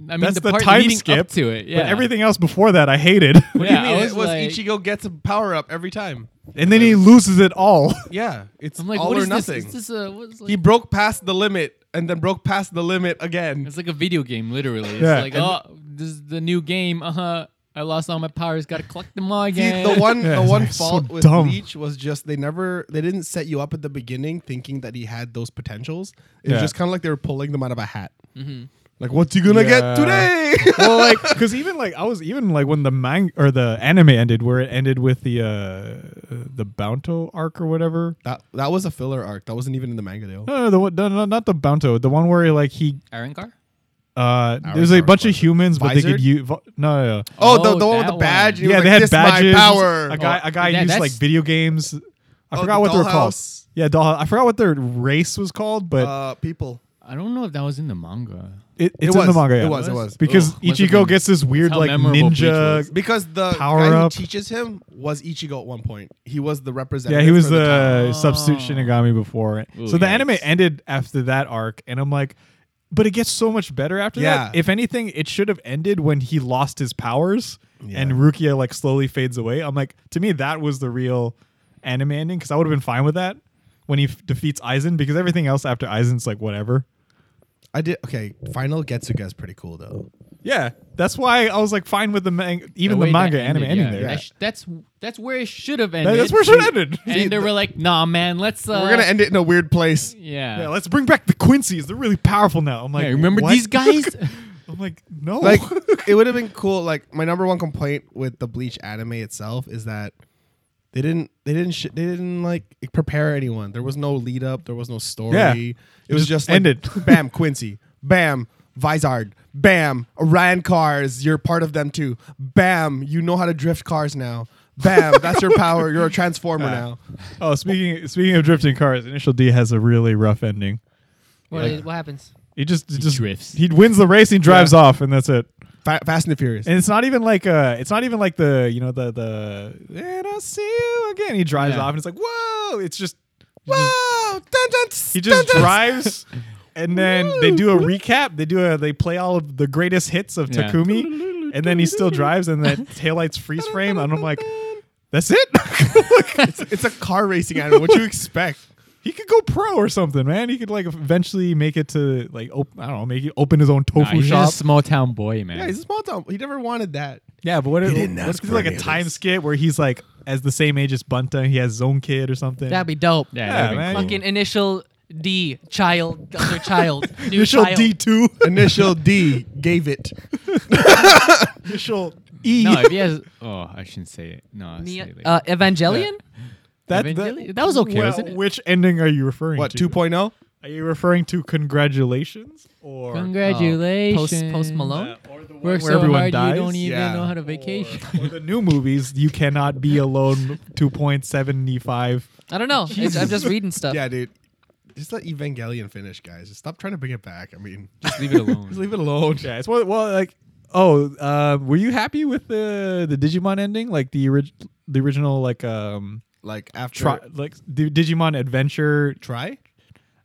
S3: I mean,
S2: That's
S3: the,
S2: the,
S3: part
S2: time
S3: leading
S2: skip
S3: up to it. Yeah,
S2: But everything else before that, I hated.
S3: [laughs] What
S4: Yeah,
S3: do you mean?
S4: it was Ichigo gets a power up every time.
S2: and then he loses it all. [laughs]
S4: Yeah, it's
S3: I'm like,
S4: all
S3: what
S4: or
S3: is
S4: nothing.
S3: this? Is this a, what is like,
S4: he broke past the limit and then broke past the limit again.
S3: it's like a video game, literally. It's
S2: Yeah.
S3: like,
S2: And-
S3: oh, this is the new game. Uh huh. I lost all my powers. Got to collect
S2: [laughs]
S3: them all
S4: See,
S3: again.
S4: the one
S2: Yeah,
S4: the
S2: it's
S4: one
S2: like so
S4: fault with
S2: dumb.
S4: Leech was just they never they didn't set you up at the beginning thinking that he had those potentials. It
S2: Yeah.
S4: was just kind of like they were pulling them out of a hat. Like, what's he gonna
S2: Yeah.
S4: get today?
S2: [laughs] well, like, because even like I was even like when the manga or the anime ended, where it ended with the uh the Bounto arc or whatever.
S4: that that was a filler arc. That wasn't even in the manga deal.
S2: No, no, the one, no, no, not the Bounto. The one where like he
S3: Iron Car.
S2: uh,
S4: Our
S2: there's a
S4: dark
S2: bunch of
S4: Lord.
S2: humans, but they
S4: Visored?
S2: could use no, no, no.
S4: Oh, the, the
S3: Oh,
S4: one with
S3: that
S4: the badge.
S3: one.
S4: and he
S2: yeah,
S4: was
S2: they
S4: like,
S2: had
S4: this
S2: badges.
S4: My power.
S2: A guy, a guy
S3: yeah,
S2: used
S3: that's-
S2: like video games. I
S4: Oh,
S2: forgot
S4: the
S2: what they were called.
S4: dollhouse.
S2: Yeah, doll, I forgot what their race was called, but
S4: uh, people.
S3: I don't know if that was in the manga.
S2: it, it's
S4: it
S2: in the
S4: was,
S2: manga. yeah.
S4: It was. It was.
S2: because
S3: Ugh, must have
S2: Ichigo
S3: been-
S2: gets this weird
S3: how
S2: like
S3: memorable Bleach
S2: ninja.
S3: was.
S4: Because the
S2: Power
S4: guy
S2: up.
S4: who teaches him was Ichigo at one point. He was the representative.
S2: Yeah, he was
S4: for
S2: the,
S4: town.
S2: substitute Shinigami before. it.
S3: Ooh,
S2: so the anime
S3: yikes.
S2: ended after that arc, and I'm like, but it gets so much better after that.
S4: Yeah.
S2: If anything, it should have ended when he lost his powers and
S4: Yeah.
S2: Rukia like slowly fades away. I'm like, to me, that was the real anime ending because I would have been fine with that when he f- defeats Aizen because everything else after Aizen's like whatever.
S4: I did okay. Final Getsuga is pretty cool though.
S2: Yeah, that's why I was like fine with the man- even the,
S3: way that
S2: manga anime
S3: ended, yeah.
S2: ending there.
S3: That sh- that's that's where it should have
S2: That-
S3: ended.
S2: that's where it should have ended.
S3: And they were like, "Nah, man, let's." Uh,
S4: We're gonna end it in a weird place.
S3: Yeah.
S2: Yeah, let's bring back the Quincy's. They're really powerful now. I'm like,
S3: Hey, remember
S2: what?
S3: these
S2: [laughs]
S3: guys?
S2: I'm like, no.
S4: Like it would have been cool. Like my number one complaint with the Bleach anime itself is that they didn't they didn't sh- they didn't like prepare anyone. There was no lead up. There was no story.
S2: Yeah.
S4: It was
S2: Just
S4: just like,
S2: ended.
S4: [laughs] bam Quincy. Bam Vizard. Bam Rand cars. You're part of them too. Bam. You know how to drift cars now. Bam. That's your power. You're a
S2: [laughs]
S4: transformer now.
S2: [laughs] Oh, speaking speaking of drifting cars, Initial D has a really rough ending.
S1: What,
S2: Yeah.
S1: what happens?
S2: He just he just
S3: drifts.
S2: He wins the race, he drives off, and that's it.
S4: Fa- Fast and the Furious.
S2: And it's not even like uh, it's not even like the you know the the and I'll see you again. He drives
S3: Yeah.
S2: off, and it's like whoa! It's just
S4: Whoa! Dun, dun,
S2: he just
S4: dun,
S3: [laughs]
S4: dun.
S2: drives, and then they do a recap. They do a they play all of the greatest hits of
S3: Yeah.
S2: Takumi, and then he still drives, and
S3: [laughs]
S2: that taillights freeze frame, and I'm like, that's [laughs] it.
S4: It's a car racing anime. What you expect? [laughs]
S2: He could go pro or something, man. He could like eventually make it to like op- I don't know, make it open his own
S3: Nah,
S2: tofu
S3: he's
S2: shop.
S3: just a small town boy, man.
S4: Yeah, he's a small town. He never wanted that.
S2: yeah, but what if
S4: didn't
S2: let's
S4: ask
S2: do
S4: for
S2: like a
S4: any of
S2: time
S4: this.
S2: skit where he's like as the same age as Bunta, and he has his own kid or something.
S1: That'd be dope.
S3: yeah,
S2: Yeah,
S3: that'd be
S2: man.
S3: cool.
S1: Fucking initial D child,
S2: [laughs]
S1: other child, new
S2: initial
S1: child.
S2: D two,
S4: [laughs] Initial D
S2: [laughs]
S4: gave it.
S2: initial E.
S3: no, if he has. Oh, I shouldn't say it. No, I'll say
S1: Nia-
S3: it later.
S1: uh, Evangelion.
S3: Evangelion? That was okay,
S2: Well,
S3: wasn't it?
S2: Which ending are you referring
S4: What, oh?
S2: to?
S4: 2.0?
S2: Are you referring to congratulations or
S3: Congratulations,
S1: oh, Post Post Malone.
S2: uh, or the one
S3: Work
S2: where
S3: so
S2: everyone
S3: hard
S2: dies?
S3: you don't even
S4: Yeah.
S3: know how to vacation.
S2: [laughs] or the new movies? You cannot be alone. Two point seventy five.
S1: I don't know. It's, I'm just reading stuff.
S4: Yeah, dude. Just let Evangelion finish, guys. Just stop trying to bring it back. I mean,
S3: Just leave it alone.
S4: [laughs] just leave it alone.
S2: Yeah, it's well, well like oh, uh, were you happy with the the Digimon ending? Like the orig- the original like um
S4: Like after
S2: try, like the Digimon Adventure
S4: try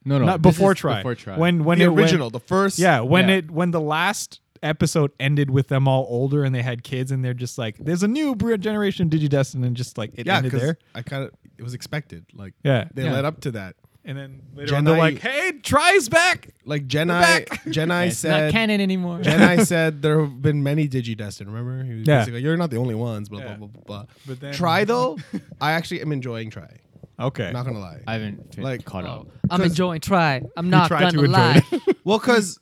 S3: No, no.
S2: not
S3: this
S2: before
S3: is
S2: try.
S3: Before try.
S2: When when
S4: the
S2: it went-
S4: original, the first.
S2: yeah, when
S3: Yeah.
S2: it when the last episode ended with them all older and they had kids and they're just like there's a new br- generation of Digidestin and just like it
S4: yeah,
S2: ended
S4: 'cause
S2: there.
S4: I kind of it was expected. Like
S2: Yeah.
S4: they
S3: Yeah.
S4: led up to that.
S2: And then later on they're
S4: Jedi-
S2: like, "Hey, tries back."
S4: Like
S2: back.
S4: Jenai, [laughs]
S3: Yeah,
S4: Jenai
S3: it's not
S4: said,
S3: canon anymore.
S4: Jenai said there have been many Digidestin. Remember, he was
S2: Yeah.
S4: basically, you're not the only ones. Blah
S2: Yeah.
S4: blah blah blah. blah.
S2: But then-
S4: try though,
S2: [laughs]
S4: I actually am enjoying try.
S2: Okay.
S4: Not gonna lie.
S3: [laughs] I haven't fi-
S4: Like-
S3: caught
S1: Oh,
S3: up.
S1: I'm enjoying try. I'm not
S2: tried to
S1: gonna
S2: enjoy
S1: lie.
S4: Well, because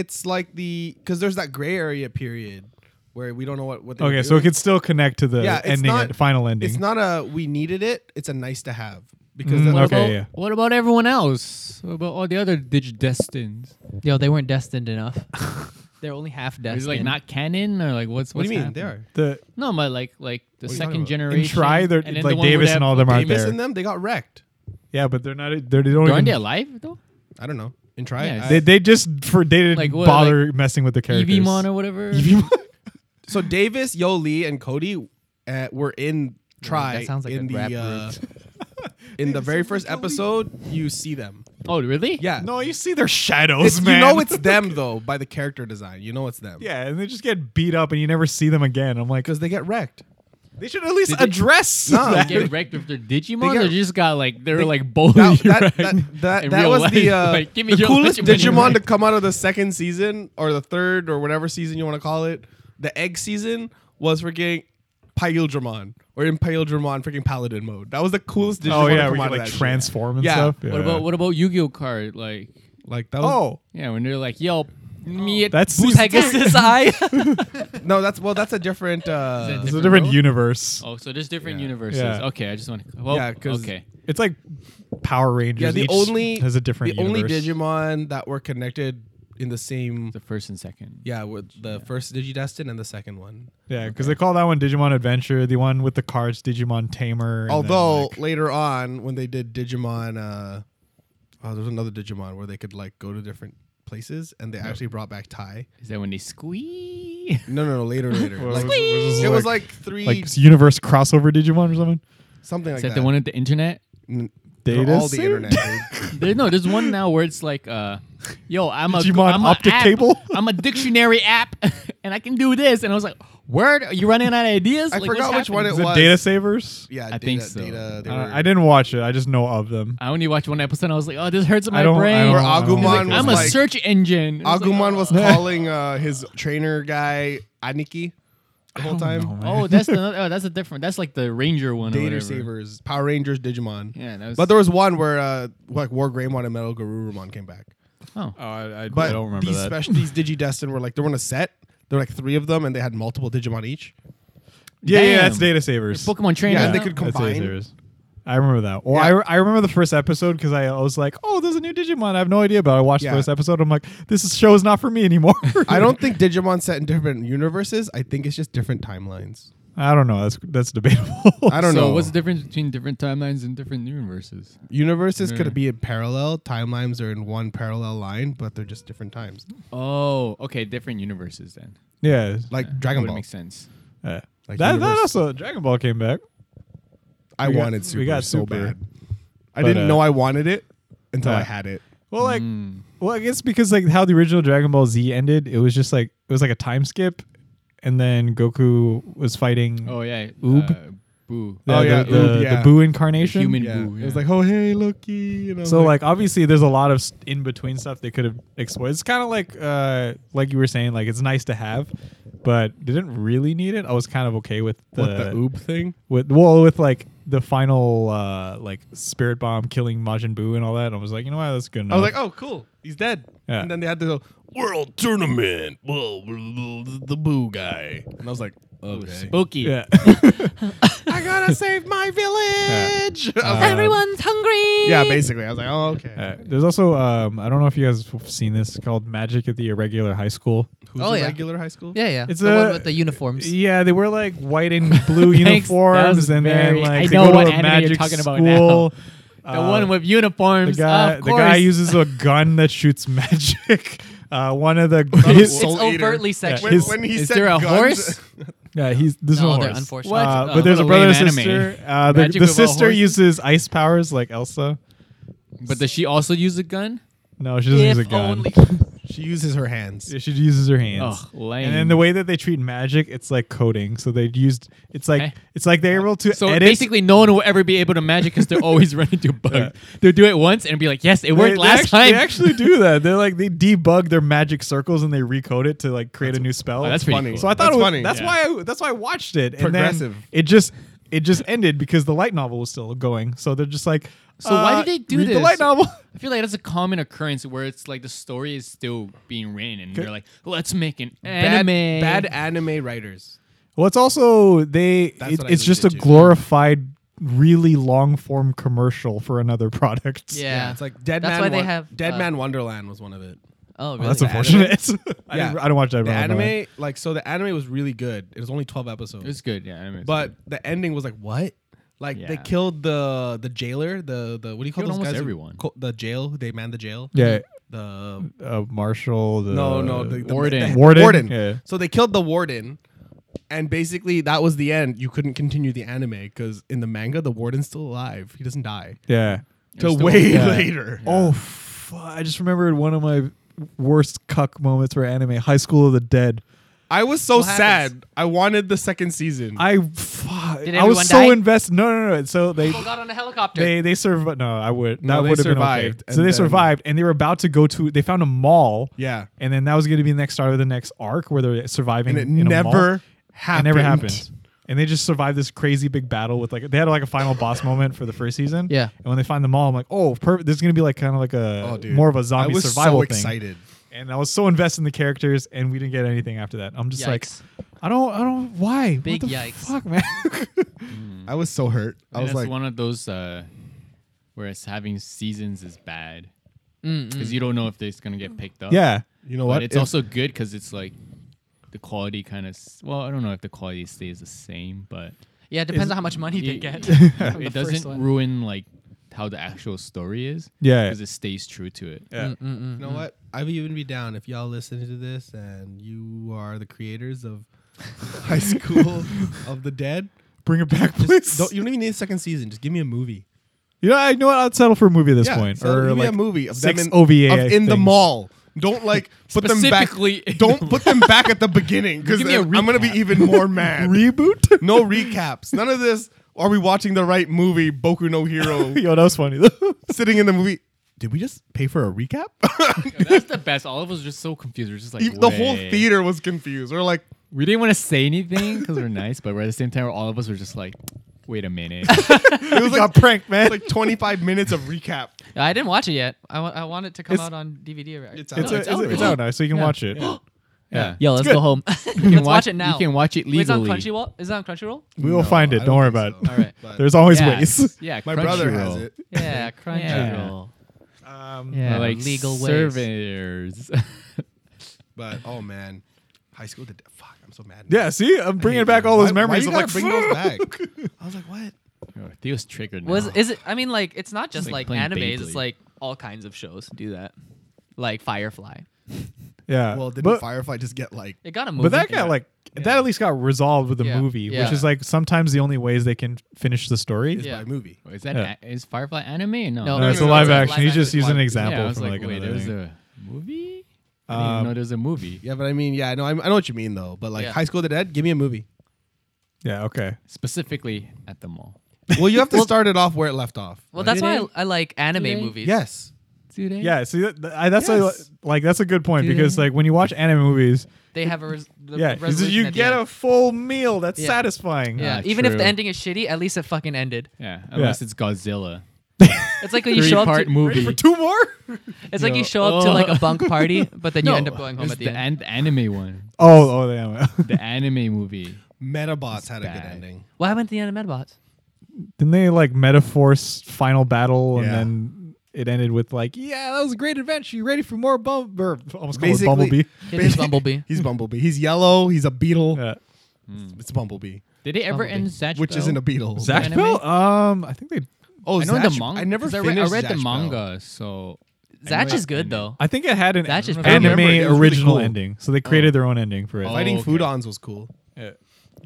S4: it's like the because there's that gray area period where we don't know what what. They were
S2: Okay, so it
S4: doing.
S2: could still connect to the
S4: Yeah, it's
S2: ending,
S4: not-
S2: final ending.
S4: It's not a we needed it. It's a nice to have because
S2: Mm,
S4: that's
S2: okay,
S4: all-
S2: yeah.
S3: Oh, What about everyone else? What about all the other digidestins?
S1: [laughs] Yo, they weren't destined enough. They're only half destined.
S3: Is it like not canon or like what's
S4: What
S3: what's
S4: do you mean?
S3: happening?
S4: They are.
S2: the
S3: No, but like like the
S4: you talking
S3: second
S4: about?
S3: generation.
S2: Try, they're-
S3: and then
S2: like
S3: the one where
S2: Davis
S3: they
S2: and
S3: have
S2: all them aren't
S3: Davis-
S2: there.
S4: Missing them, they got wrecked.
S2: Yeah, but they're not. They're, they don't.
S3: Aren't
S2: Even,
S3: they alive though?
S4: I don't know. And try.
S3: Yeah,
S4: I-
S2: they they just for they didn't
S3: Like what,
S2: bother messing with the characters.
S3: Evimon or whatever.
S2: Evimon?
S4: so Davis, Yo Lee, and Cody uh, were in try.
S1: that sounds like
S4: in
S1: a rap
S4: the uh,
S1: group.
S4: [laughs] in the very first episode. You see them.
S3: Oh really?
S4: Yeah.
S2: no, you see their shadows,
S4: It's- you
S2: man. [laughs]
S4: know it's them though by the character design. You know it's them.
S2: yeah, and they just get beat up, and you never see them again. I'm like,
S4: Because they get wrecked.
S2: they should at least
S3: Did
S2: [laughs]
S3: they-
S2: address
S4: No,
S2: that.
S3: Get wrecked with their Digimon.
S4: They
S3: They,
S4: get-
S3: just got like they're like both. [laughs]
S4: that, that, that, that,
S3: In
S4: that
S3: real
S4: was the,
S3: life,
S4: uh,
S3: like, give me
S4: the
S3: your
S4: coolest
S3: Digimon you
S4: Digimon to
S3: like.
S4: come out of the second season or the third or whatever season you want to call it. The egg season was freaking Pyildramon or in Pyildramon freaking Paladin mode. That was the coolest Digimon.
S2: Oh yeah,
S4: to
S2: we
S4: come out
S2: could
S4: of
S2: like
S4: that shit.
S2: transform and
S4: Yeah.
S2: stuff.
S4: What
S3: What about what about Yu-Gi-Oh card? Like,
S4: Like that was.
S2: Oh,
S3: yeah, when they're like, "Yo, me at
S2: that's
S1: Pegasus Eye.
S4: Oh no, that's well, that's a different.
S3: Is
S4: Uh,
S3: it
S2: It's a different
S3: Bro?
S2: universe.
S3: Oh, so there's different
S4: Yeah.
S3: universes.
S2: Yeah.
S3: Okay, I just want to. Well,
S4: Yeah, 'cause-
S3: okay.
S2: It's like Power Rangers.
S4: yeah, the
S2: Each
S4: only
S2: has a different
S4: the only
S2: universe.
S4: Digimon that were connected in the same.
S3: The first and second.
S4: Yeah, with the first Digidestin and the second one.
S2: Yeah, because they call that one Digimon Adventure. The one with the cards, Digimon Tamer. and then,
S4: Although
S2: like-
S4: later on, when they did Digimon, uh, oh, there's another Digimon where they could like go to different places, and they actually brought back Ty.
S3: Is that when they squee?
S4: No, no, no, later, [laughs] later.
S2: Well,
S4: like,
S2: was- was this
S4: it was like three
S2: like s- universe crossover Digimon or something.
S4: something like
S3: Is that, the one at the
S4: [coughs]
S3: internet?
S4: N- for
S2: Data
S4: all the
S2: sync?
S4: internet.
S3: [laughs]
S4: dude.
S3: There, no, there's one now where it's like, uh, yo, I'm
S2: Digimon
S3: a, I'm
S2: optic
S3: a app,
S2: cable?
S3: [laughs] I'm a dictionary app, [laughs] and I can do this. And I was like, word, are you running out of ideas?
S4: I
S3: Like,
S4: forgot
S3: what's
S4: which one
S2: Is
S4: It
S2: it
S4: was-
S2: Data Savers?
S4: Yeah,
S3: I
S4: data,
S3: think so.
S4: data. They
S2: Uh,
S4: were,
S2: I didn't watch it. I just know of them.
S3: I only watched one episode. and I was like, oh, this hurts Uh, my
S2: I don't.
S3: brain.
S2: I don't
S4: Where
S2: know, I don't
S4: Agumon
S2: know.
S4: was
S3: I'm a
S4: like-
S3: search engine. It was like,
S4: Agumon
S3: oh, [laughs]
S4: was calling uh, his trainer guy Aniki the whole time.
S3: Oh, that's
S4: [laughs]
S3: the, oh, that's a different. That's like the ranger one. or
S4: Data
S3: whatever.
S4: Savers, Power Rangers, Digimon.
S3: Yeah, that was.
S4: But there was one where uh, like War Greymon and Metal Garurumon came back.
S3: oh,
S2: Oh, I, I,
S4: But
S2: I don't remember
S4: these
S2: that.
S4: special these Digidestin were like they were in a set. There were like three of them, and they had multiple Digimon each.
S2: yeah, yeah, that's
S3: Damn.
S2: Data Savers.
S3: Pokemon trainer.
S4: Yeah, and they could
S2: That's Data
S4: combine.
S2: Savers. I remember that. Well, I,
S4: Yeah.
S2: re- I remember the first episode because I was like, "Oh, there's a new Digimon." I have no idea about. It. I watched
S4: Yeah.
S2: the first episode. I'm like, "This is- show is not for me anymore."
S4: [laughs] I don't think Digimon set in different universes. I think it's just different timelines.
S2: [laughs] I don't know. That's that's debatable.
S4: I don't
S3: so
S4: know.
S3: what's the difference between different timelines and different universes?
S4: universes
S3: Yeah.
S2: Mm.
S4: could be in parallel. Timelines are in one parallel line, but they're just different times.
S3: Oh, okay, different universes then.
S2: [laughs] yeah,
S4: Like Dragon
S3: would
S4: Ball.
S3: make sense.
S2: yeah. that,
S4: Like
S2: that
S4: universe-
S2: also Dragon Ball came back.
S4: I
S2: We got-
S4: wanted
S2: we
S4: Super
S2: got
S4: so
S2: Super.
S4: bad. I
S2: But,
S4: didn't
S2: uh,
S4: know I wanted it until I
S2: yeah.
S4: had it.
S2: Well, like, well, I guess because like how the original Dragon Ball Z ended, it was just like it was like a time skip, and then Goku was fighting.
S3: Oh yeah,
S2: Oob.
S3: uh, boo.
S2: the,
S4: Oh,
S2: the-
S4: yeah,
S2: the,
S4: Oob,
S2: the
S4: yeah.
S2: Boo incarnation.
S3: human
S4: Yeah.
S3: boo.
S4: It
S3: yeah.
S4: was like, oh hey, Loki. And I was
S2: So like obviously there's a lot of in between stuff they could have explored. It's kind of like uh like you were saying like it's nice to have, but they didn't really need it. I was kind of okay with the
S4: what the oob thing?
S2: with well with like the final uh like spirit bomb killing Majin Buu and all that. I was like you know what that's good enough.
S4: I was like, oh cool, he's dead.
S2: Yeah.
S4: And then they had the world tournament. Whoa, the boo guy. And I was like, okay.
S3: spooky.
S2: yeah.
S4: I [laughs] gotta save my village. [laughs] I was like,
S1: Everyone's hungry.
S4: yeah, basically. I was like, oh okay.
S2: Uh, there's also um I don't know if you guys have seen this called Magic at the Irregular High School.
S4: Who's
S1: Oh,
S4: a
S1: yeah.
S4: regular high school?
S1: Yeah, yeah.
S2: It's
S1: the
S2: a-
S1: one with the uniforms.
S2: Yeah, they wear like white
S3: [laughs]
S2: and blue
S3: Thanks. That
S2: uniforms,
S3: was
S2: and
S3: very-
S2: then like
S3: I
S2: they
S3: know
S2: go
S3: what
S2: to a
S3: anime you're
S2: magic
S3: talking about now.
S2: school.
S3: The
S2: Uh,
S3: one with uniforms.
S2: the guy,
S3: of
S2: the guy
S3: course.
S2: uses a gun that shoots [laughs] magic. Uh, one of
S3: [laughs]
S2: the
S1: It's
S2: his,
S4: Soul Eater.
S1: overtly sexual.
S4: When,
S2: His-
S4: when he
S3: is
S4: said
S3: there a
S4: guns-
S2: [laughs]
S3: horse?
S2: yeah, he's this
S1: No,
S2: one
S1: they're
S2: horse.
S1: unfortunate.
S3: What?
S2: Uh,
S3: Oh,
S2: but there's
S3: what
S2: a
S3: a
S2: brother and
S3: lame anime.
S2: sister. Uh, the
S3: Magic
S2: the
S3: without
S2: sister
S3: horses?
S2: uses ice powers like Elsa.
S3: But does she also use a gun?
S2: No, she doesn't use a gun.
S4: [laughs]
S2: [laughs]
S4: She uses her hands.
S2: Yeah, She uses her hands.
S3: Ugh, lame.
S2: And then the way that they treat magic, it's like coding. So they used it's like
S3: Eh?
S2: it's like they're able to
S3: So
S2: edit.
S3: basically, no one will ever be able to magic
S2: [laughs]
S3: because they're always running into bugs.
S2: Yeah.
S3: They'll do it once and be like, "Yes, it
S2: They-
S3: worked
S2: they
S3: last
S2: actu-
S3: time."
S2: They
S3: [laughs]
S2: actually do that. They're like they debug their magic circles and they recode it to like create a new spell.
S3: Oh, that's pretty
S4: funny.
S3: cool.
S2: So I thought
S4: That's
S2: it was,
S4: funny.
S2: that's
S3: Yeah.
S2: why I, that's why I watched it. And
S4: Progressive.
S2: then it just it just ended because the light novel was still going. So they're just like
S3: So why
S2: uh,
S3: did they do
S2: read The
S3: this?
S2: light novel. [laughs]
S3: I feel like that's a common occurrence where it's like the story is still being written, and they're like, "Let's make an
S4: Bad,
S3: anime."
S4: bad anime writers.
S2: Well, it's also they
S4: That's
S2: it-
S4: what I
S2: it's just a
S4: usually do.
S2: glorified really long form commercial for another product.
S1: Yeah.
S4: it's like Dead
S1: That's
S4: Man.
S1: why they
S4: Won-
S1: have,
S4: Dead
S1: uh,
S4: Man Wonderland was one of it.
S1: Oh,
S2: Well,
S1: really?
S2: that's
S4: The anime? [laughs]
S2: unfortunate. I,
S4: Yeah.
S2: didn't, I don't watch that.
S4: The anime, like, so the anime was really good. It was only twelve episodes,
S3: It's good, yeah. anime is
S4: but the ending was like what? Like they
S3: Yeah.
S4: killed the the jailer, the the what do you call
S3: Killed
S4: those
S3: almost
S4: guys? who
S3: everyone.
S4: co- the jail, they manned the jail.
S2: Yeah,
S4: The
S2: uh, Marshall. The,
S4: no, no, the, the
S3: warden.
S4: [laughs] the-
S2: Warden?
S4: warden.
S2: Yeah.
S4: So they killed the warden, and basically that was the end. You couldn't continue the anime because in the manga, the warden's still alive. He doesn't die
S2: yeah.
S4: till
S3: still-
S4: [laughs] way
S2: Yeah.
S4: later.
S2: Oh, fu- I just remembered one of my worst cuck moments for anime: High School of the Dead.
S4: I was so
S1: What happens?
S4: sad. I wanted the second season.
S2: I fu- I
S1: everyone
S2: was so
S1: die?
S2: invested. No, no, no. So they.
S1: People got on a helicopter.
S2: They they survived. No, I would.
S4: No,
S2: that
S4: they
S2: would have been okay.
S4: survived,
S2: So
S4: and
S2: they
S4: then-
S2: survived, and they were about to go to. They found a mall.
S4: yeah.
S2: and then that was going to be the next start of the next arc where they're surviving.
S4: And it
S2: in a mall.
S4: never happened.
S2: It never happened. And they just survived this crazy big battle with like they had like a final boss moment for the first season.
S1: Yeah.
S2: And when they find them all, I'm like, oh, per- this is gonna be like kind of like
S4: Oh,
S2: a
S4: dude.
S2: more of a zombie
S4: I was
S2: survival
S4: so
S2: thing.
S4: excited.
S2: And I was so invested in the characters, and we didn't get anything after that. I'm just
S1: Yikes.
S2: like, I don't, I don't, why?
S1: Big
S2: what the
S1: yikes.
S2: fuck,
S4: [laughs]
S2: man.
S4: I was so hurt. I was
S3: that's
S4: like,
S3: one of those uh, where it's having seasons is bad
S1: Mm,
S3: because you don't know if it's gonna get picked up.
S2: yeah,
S4: you know
S3: but
S4: what?
S3: it's
S4: If-
S3: also good because it's like the quality kind of. Well, I don't know if the quality stays the same, but
S1: Yeah, it depends on how much money they
S3: it-
S1: get. from the
S3: it
S1: first
S3: doesn't
S1: one.
S3: ruin like how the actual story is.
S2: Yeah.
S3: because it stays true to it.
S2: yeah.
S4: You know what? I'd even be down if y'all listen to this and you are the creators of High School of the Dead.
S2: Bring it back, please.
S4: Just don't, you don't even need a second season. Just give me a movie.
S2: you know, I know what, I'd settle for a movie at this point,
S4: so
S2: or
S4: give me
S2: like
S4: a movie of
S2: six
S4: them in,
S2: OVA
S4: of in the
S2: things.
S4: mall. Don't like put them back.
S3: Specifically in
S4: Don't put them back at the beginning because
S3: Give me a
S4: I'm gonna be even more mad.
S2: reboot. [laughs]
S4: no recaps. None of this. Are we watching the right movie? Boku no Hero.
S2: Yo, that was funny though.
S4: Sitting in the movie. Did we just pay for a recap?
S3: That's the best. All of us are just so confused. We're just like
S4: E, the whole
S3: "Wait."
S4: theater was confused. We're like,
S3: We didn't want to say anything because we're nice, but we're at the same time, all of us were just like, "Wait a
S4: [laughs]
S3: minute."
S4: it was like
S2: got pranked, man.
S4: It's like 25 minutes of recap.
S1: I didn't watch it yet. I wa- I want it to come
S2: It's-
S1: out on DVD. Right?
S2: it's,
S4: it's No,
S2: a- it's, a- it's,
S1: already.
S2: out now, so you can watch it.
S3: yeah.
S1: Yo, let's
S2: good.
S1: go home. [laughs]
S3: You
S1: let's watch it now.
S3: You can watch it
S1: Wait, it's on
S3: legally.
S1: Crunchyroll. Is it on Crunchyroll?
S2: We will find it.
S4: I
S2: Don't, worry
S4: think
S2: about it.
S4: so.
S1: All right.
S2: [laughs]
S4: But
S2: There's always
S3: yeah.
S2: ways. [laughs]
S3: Yeah,
S4: my brother has
S3: Crunchyroll.
S4: it.
S1: Yeah, Crunchyroll.
S2: Um,
S1: Yeah,
S3: Or, like
S1: legal ways. [laughs]
S3: surveyors. Oh,
S4: But oh man, high school did. Fuck, I'm so mad. now.
S2: Yeah, see, I'm bringing
S4: hate
S2: back
S4: you.
S2: all those
S4: Why- why
S2: memories.
S4: you
S2: I'm
S4: gotta
S2: like,
S4: bring
S2: [laughs]
S4: those
S2: "Fuck."
S4: I was like, what?
S3: Yo, Theo's triggered. Now.
S1: Was is it? I mean, like it's not just
S3: It's
S1: like,
S3: like playing
S1: animes. It's
S3: Beyblade.
S1: like all kinds of shows do that, like Firefly.
S2: yeah.
S4: Well, didn't
S2: Uh, but,
S4: Firefly just get like?
S1: It got a movie.
S2: but that got like that at least got resolved with the
S1: Yeah.
S2: movie,
S1: Yeah.
S2: which is like sometimes the only ways they can finish the story.
S1: Yeah.
S4: by a movie.
S3: Is that
S2: Yeah.
S3: a- is Firefly anime? or No,
S1: No,
S2: No,
S1: no,
S2: it's
S1: no,
S2: a
S1: no,
S2: live
S1: it's a
S2: action.
S1: live
S2: He's just
S1: action.
S2: using an
S1: Yeah,
S2: example
S3: Yeah, I was
S2: from
S3: like,
S2: like,
S3: wait,
S2: another
S3: there was
S2: thing.
S3: a movie. I didn't
S4: Um,
S3: even know there was a movie.
S4: Yeah, but I mean, yeah, no, I, I know what you mean though. But like,
S1: Yeah.
S4: High School of the Dead, give me a movie.
S2: Yeah, okay.
S3: Specifically at the mall.
S4: Well, you have to start it off where it left off.
S1: Well, that's why
S3: Did
S1: I, I like anime
S3: Did they?
S1: movies.
S4: yes,
S3: Today?
S2: Yeah, see, that, th- I, that's a,
S4: Yes.
S2: like that's a good point
S3: Dude.
S2: because like when you watch anime movies,
S1: they have a res- the
S2: yeah, 'cause
S1: resolution
S2: you
S1: at the
S2: get
S1: end.
S2: a full meal that's
S1: Yeah.
S2: satisfying.
S1: yeah.
S3: Ah,
S1: even if the
S3: true.
S1: ending is shitty, at least it fucking ended.
S3: Yeah, unless it's Godzilla.
S1: It's like when you
S3: Three
S1: show up.
S3: part
S1: To,
S3: movie.
S2: For two more?
S1: [laughs] it's like you
S3: Yo.
S1: show up to
S3: Oh.
S1: like a bunk party, but
S3: [laughs]
S1: then you end up going home
S3: it's
S1: at the end.
S3: an- anime one.
S2: Oh, oh, [laughs] damn.
S1: [laughs]
S3: The anime movie.
S4: Metabots had a good
S3: bad.
S4: ending.
S1: What happened at the end of Medbots?
S2: Didn't they like metaphorse final battle and
S4: Yeah.
S2: then it ended with like, yeah, that was a great adventure. You ready for more bum or almost called it
S4: Basically-
S2: Bumblebee?
S1: It is Bumblebee.
S4: [laughs] He's Bumblebee. He's yellow. He's a beetle.
S2: Yeah.
S4: It's Bumblebee,
S3: Did it ever
S1: Bumblebee.
S3: end Zatch
S4: which
S3: Bell?
S4: isn't a beetle.
S2: Zach
S3: anime?
S2: Bell? Um, I think they
S4: Oh,
S3: I know
S4: Zatch-
S3: the manga.
S4: I never
S3: 'cause I
S4: finished.
S3: read, I read the
S4: Zatch Bell.
S3: manga, so I know
S1: Zatch
S3: it's
S1: is good
S3: anime.
S1: though.
S2: I think it had an
S1: That's just pretty-
S2: anime
S4: I remember it was really
S2: original
S4: cool.
S2: ending. So they created their own ending for it.
S3: Oh.
S4: Fighting
S3: okay.
S4: Foodons was cool.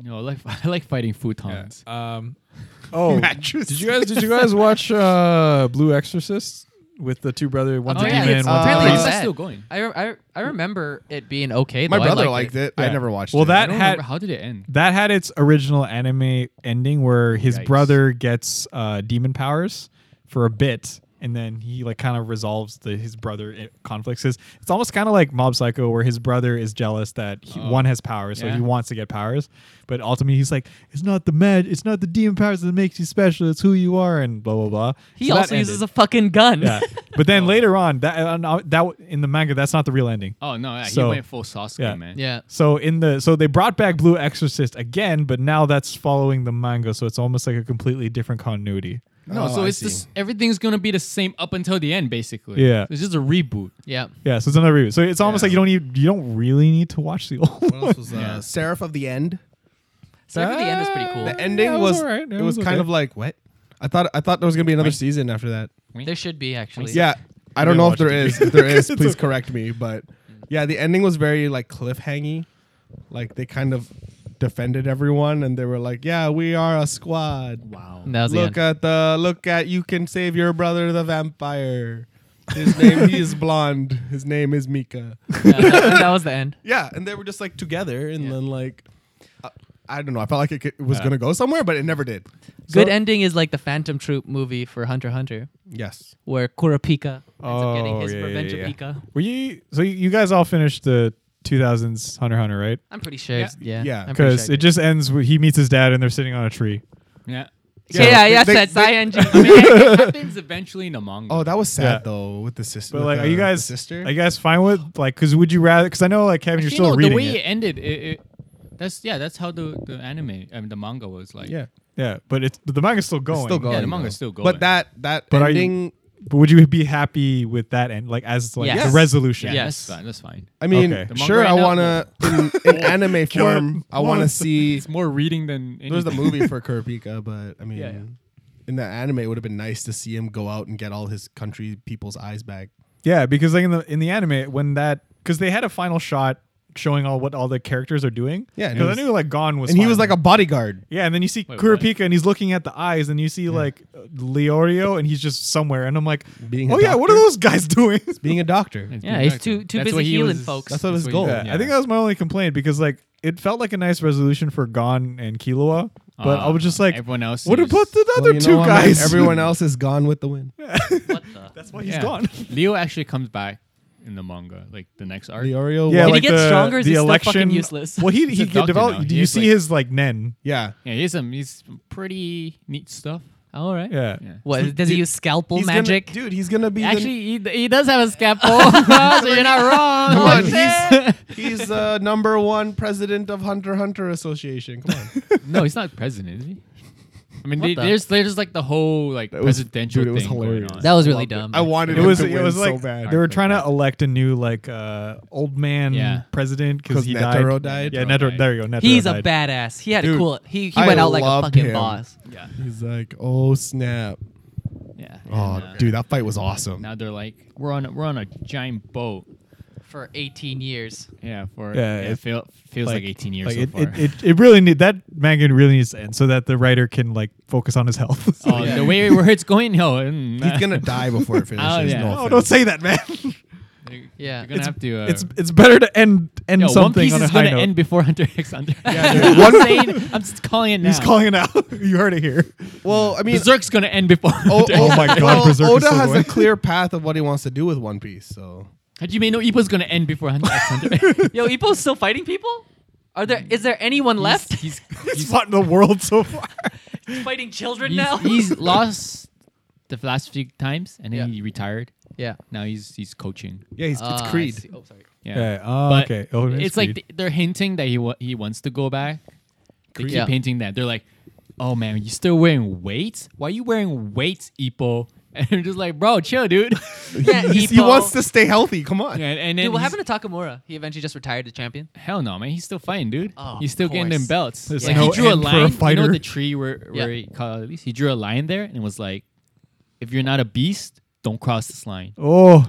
S3: No, I like [laughs] I like fighting futons.
S2: Um [laughs] Oh
S4: Mattress.
S2: Did you guys did you guys watch uh Blue Exorcist with the two brother, one's
S1: Oh,
S2: a
S1: yeah,
S2: demon,
S1: it's
S2: one's a
S1: apparently
S2: priest?
S1: it's
S3: that's
S1: bad.
S3: still going.
S1: I, re- I, re- I remember it being okay.
S4: My
S1: though. I
S4: brother liked it. I
S2: Yeah.
S4: never watched.
S2: Well,
S4: it.
S2: that
S3: I don't
S2: had-
S3: remember how did it end.
S2: That had its original anime ending where his
S3: Yikes.
S2: brother gets uh, demon powers for a bit, and then he like kind of resolves the, his brother i- conflicts. His, it's almost kind of like Mob Psycho, where his brother is jealous that he,
S1: Oh,
S2: one has powers, so
S3: Yeah.
S2: he wants to get powers, but ultimately he's like, it's not the mag, it's not the demon powers that makes you special, it's who you are, and blah blah blah.
S1: He also uses a Oh. fucking gun.
S2: yeah, but then later on, that uh, no, that w- in the manga, that's not the real ending.
S3: Oh no, yeah,
S2: So-
S3: he went full Sasuke
S2: yeah.
S1: [laughs]
S3: man.
S1: yeah.
S2: So in the so they brought back Blue Exorcist again, but now that's following the manga, so it's almost like a completely different continuity.
S3: No,
S4: Oh,
S3: so
S4: I
S3: it's
S4: see.
S3: just everything's gonna be the same up until the end, basically.
S2: Yeah.
S3: it's just a reboot.
S1: Yeah.
S2: Yeah, so it's another review. So it's almost
S4: Yeah.
S2: like you don't need you don't really need to watch the [laughs] old
S4: What
S2: one.
S4: else was uh, Seraph of the End?
S1: So I think the end is pretty cool.
S4: The ending
S2: it was
S4: was,
S2: alright.
S4: it,
S2: It
S4: was,
S2: was
S4: kind
S2: okay.
S4: of like what? I thought I thought there was gonna be another season after that.
S1: There should be actually.
S4: Yeah, I don't
S2: didn't
S4: know if
S2: watch
S4: there
S2: it, [laughs]
S4: is. If there is, please correct me. But yeah, the ending was very like cliffhangy. Like they kind of defended everyone, and they were like, "Yeah, we are a squad.
S3: Wow.
S1: And That was the
S4: Look
S1: end.
S4: at the look at you can save your brother, the vampire. His
S1: [laughs]
S4: name he is blonde. His name is Mika.
S1: Yeah, [laughs] that, that was the end.
S4: Yeah, and they were just like together, and then like." I- I don't know. I felt like it, could, it was gonna go somewhere, but it never did.
S1: Good ending is like the Phantom Troop movie for Hunter x Hunter,
S4: Yes.
S1: where Kurapika ends up getting
S2: Oh,
S1: his
S2: yeah, yeah,
S1: revenge of
S2: yeah.
S1: Pika.
S2: Were you so you you guys all finished the 2000s Hunter x Hunter, right?
S1: I'm pretty sure. it's- Yeah.
S4: Yeah,
S1: I'm pretty
S2: Because
S1: sure I
S2: it
S1: did.
S2: just ends with he meets his dad and they're sitting on a tree.
S3: Yeah.
S1: Yeah,
S4: Yeah,
S1: yeah,
S4: they-
S1: yes,
S4: they-
S1: that's
S4: they-
S1: ING.
S4: [laughs]
S3: I mean, [laughs] it happens eventually in a manga.
S4: Oh, that was sad
S2: Yeah.
S4: though with the sister.
S2: But
S4: with
S2: like,
S4: the-
S2: are you guys
S4: the sister?
S2: Are you guys fine with like? Because would you rather? Because I know like Kevin, you're
S3: Actually,
S2: still
S3: no,
S2: reading
S3: the way
S2: it.
S3: it ended. It, it, that's yeah. That's how the the anime I mean, the manga was like.
S4: yeah,
S2: Yeah, but it's but the manga's still going.
S4: It's still going.
S3: the manga's
S4: though.
S3: still
S4: But
S3: going.
S4: that that
S2: But are you-
S4: ending.
S2: But would you be happy with that end, like as like
S1: Yes.
S2: the resolution?
S3: Yeah,
S1: Yes.
S3: that's fine. That's fine.
S4: I mean,
S2: Okay. The
S3: manga
S4: sure,
S3: right
S4: I
S3: now-
S4: wanna
S2: [laughs]
S4: in, in anime form. I wanna
S2: What? [laughs]
S4: see.
S3: It's more reading than. Anything.
S4: There's the movie for Kurapika, but I mean,
S3: Yeah, yeah.
S4: in the anime, it would have been nice to see him go out and get all his country people's eyes back.
S2: Yeah, because like in the in the anime when that because they had a final shot showing all what all the characters are doing.
S4: Yeah, and it
S2: because I
S4: was-
S2: knew like Gon was
S4: And he was like
S2: fine.
S4: a bodyguard.
S2: yeah, and then you see
S3: Wait,
S2: Kurapika
S3: what?
S2: and he's looking at the eyes and you see like Leorio and he's just somewhere and I'm like,
S4: Being a
S2: oh yeah, what are
S4: doctor?
S2: those guys [laughs] doing?
S4: Being a doctor.
S3: [laughs] It's
S1: Yeah,
S3: been
S1: he's
S3: back
S1: too-
S3: then.
S1: too
S3: That's what
S1: busy
S3: he
S1: healing
S3: was-
S1: folks.
S4: That's what his
S3: what he
S4: goal.
S3: was-
S2: Yeah, I think that was my only complaint because like it felt like a nice resolution for Gon and Killua, but I was just like,
S3: Uh, Ah, everyone else
S2: What
S3: is-
S2: about the
S4: Well,
S2: other
S4: you know
S2: two
S4: what, man?
S2: guys? [laughs]
S4: Everyone else is gone with the wind.
S1: What the?
S2: That's why he's
S3: Yeah.
S2: gone.
S3: Leo actually comes back in the manga, like the next arc.
S4: Leorio.
S1: Did
S2: Yeah,
S4: was-
S1: he
S2: like
S1: get
S2: the,
S1: stronger or is
S2: the
S1: he still
S2: election,
S1: fucking useless?
S2: Well, he
S3: He's
S2: he
S3: a
S2: could
S3: doctor now.
S2: develop. Do
S3: He
S2: you
S3: is,
S2: see
S3: like-
S2: his like nen?
S4: yeah.
S3: Yeah, he's some he's some pretty neat stuff.
S1: All right.
S2: Yeah.
S3: Yeah.
S1: What does he use scalpel
S4: He's gonna-
S1: magic?
S4: dude, he's gonna be the-
S1: Actually, he, he does have a scalpel,
S4: [laughs]
S1: so
S3: [laughs]
S1: you're not wrong. [laughs]
S4: Come on,
S1: Shit.
S4: he's he's uh, [laughs] number one president of Hunter Hunter Association. Come on,
S3: [laughs] No, he's not president, is he? I mean,
S1: What
S3: they,
S1: the-
S3: there's there's like the whole like
S4: was-
S3: presidential
S4: dude, it was
S3: thing going
S4: hilarious.
S3: on.
S1: that was really dumb.
S4: I wanted
S2: It was
S4: him to
S2: it was
S4: win
S2: like
S4: so bad.
S2: they were trying to elect a new like uh old man
S3: Yeah.
S2: president because
S4: 'Cause
S2: he
S4: Netero
S2: died.
S4: died?
S2: Yeah,
S3: Netero
S2: Netero,
S3: died.
S2: there you go. Netero
S1: He's a
S2: died.
S1: badass. He had
S4: Dude,
S1: a cool. He he
S4: I
S1: went out like a
S4: loved
S1: fucking
S4: him.
S1: boss.
S3: Yeah,
S4: He's like, oh snap!
S3: yeah.
S4: Oh,
S3: And, uh,
S4: dude, that fight was awesome.
S3: Now they're like, we're on a, we're on a giant boat.
S1: for 18 years.
S3: Yeah, for
S2: Yeah,
S3: yeah,
S2: it
S3: it feel, feels like, 18 years
S2: Like
S3: so
S2: it,
S3: far.
S2: it, it, it really need that manga really needs to end so that the writer can like focus on his health. [laughs] So-
S3: oh, the way where it's going, no, mm,
S4: He's gonna die before it finishes.
S3: Oh, yeah.
S4: no
S2: oh,
S4: offense.
S2: don't say that, man.
S3: [laughs] You're,
S1: Yeah.
S3: you're gonna have to. Uh,
S2: it's it's better to end end
S3: yo, One
S2: something
S3: Piece
S2: on a
S3: is
S2: high
S3: gonna
S2: note.
S3: end before Hunter X Hunter. [laughs]
S4: Yeah,
S3: I'm saying, I'm just calling it now.
S2: He's calling it out. [laughs] you heard it
S4: [laughs]
S2: here.
S4: Well, I mean,
S3: Berserk's gonna end before. [laughs]
S4: O-
S3: Hunter.
S2: Oh my God,
S4: well,
S2: Berserk is
S4: Oda
S2: still
S4: has
S2: going.
S4: a clear path of what he wants to do with One Piece. So
S3: Hajime no Ippo's gonna end before Hunter X
S1: [laughs]
S3: Hunter.
S1: Yo, Ipo's still fighting people? Are there is there anyone left? [laughs]
S2: [laughs]
S3: He's
S2: He's
S3: he's,
S2: fought in the world so far.
S1: He's fighting children now.
S3: he's, he's lost the last few times, and then
S1: Yeah.
S3: he retired.
S1: [laughs] yeah.
S3: Now he's he's coaching.
S4: [laughs] yeah, he's,
S1: Ah, I
S4: it's Creed.
S1: see. Oh, sorry.
S3: Yeah.
S2: Yeah. Oh,
S3: But
S2: okay. Oh,
S3: it's like th- they're hinting that he wa- he wants to go back. They keep
S1: Yeah.
S3: hinting that they're like, "Oh man, you still wearing weights? Why are you wearing weights, Ipo?" [laughs] And I'm just like, "Bro, chill,
S1: [laughs]
S3: dude."
S1: Yeah,
S4: [laughs] He's- he
S1: Ippo-
S4: wants to stay healthy. Come on.
S3: Yeah, and, and then
S1: Dude, what
S3: he's-
S1: happened to Takamura? He eventually just retired as champion.
S3: Hell no, man. He's still fighting, dude.
S1: Oh,
S3: he's still
S1: of
S3: getting them
S1: course.
S3: belts.
S2: There's
S3: like
S2: no
S3: he drew a
S2: end for a
S3: line. you
S2: fighter.
S3: know the tree where where
S1: Yeah.
S3: he called at least he drew a line there and was like, if you're not a beast, don't cross this line.
S2: oh,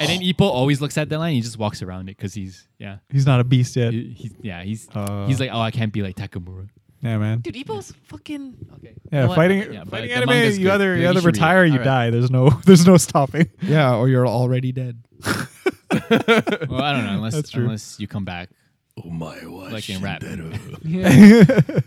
S3: And then Ipo always looks at that line. He just walks around it because he's yeah.
S2: he's not a beast yet.
S3: He- he's yeah. He's
S2: Uh.
S3: he's like oh I can't be like Takamura.
S2: Yeah, man.
S1: Dude, Ipo's fucking okay.
S2: Yeah,
S1: You know what?
S2: fighting
S3: Yeah, but
S2: fighting
S3: the
S2: anime.
S3: manga's
S2: You
S3: good.
S2: either you
S3: You
S2: either
S3: should read it.
S2: retire or you
S1: Alright.
S2: die. There's no [laughs] there's no stopping.
S4: Yeah, or you're already dead.
S3: Well, I don't know unless
S2: That's true.
S3: unless you come back
S4: Oh my god.
S3: like in rap.
S4: [laughs]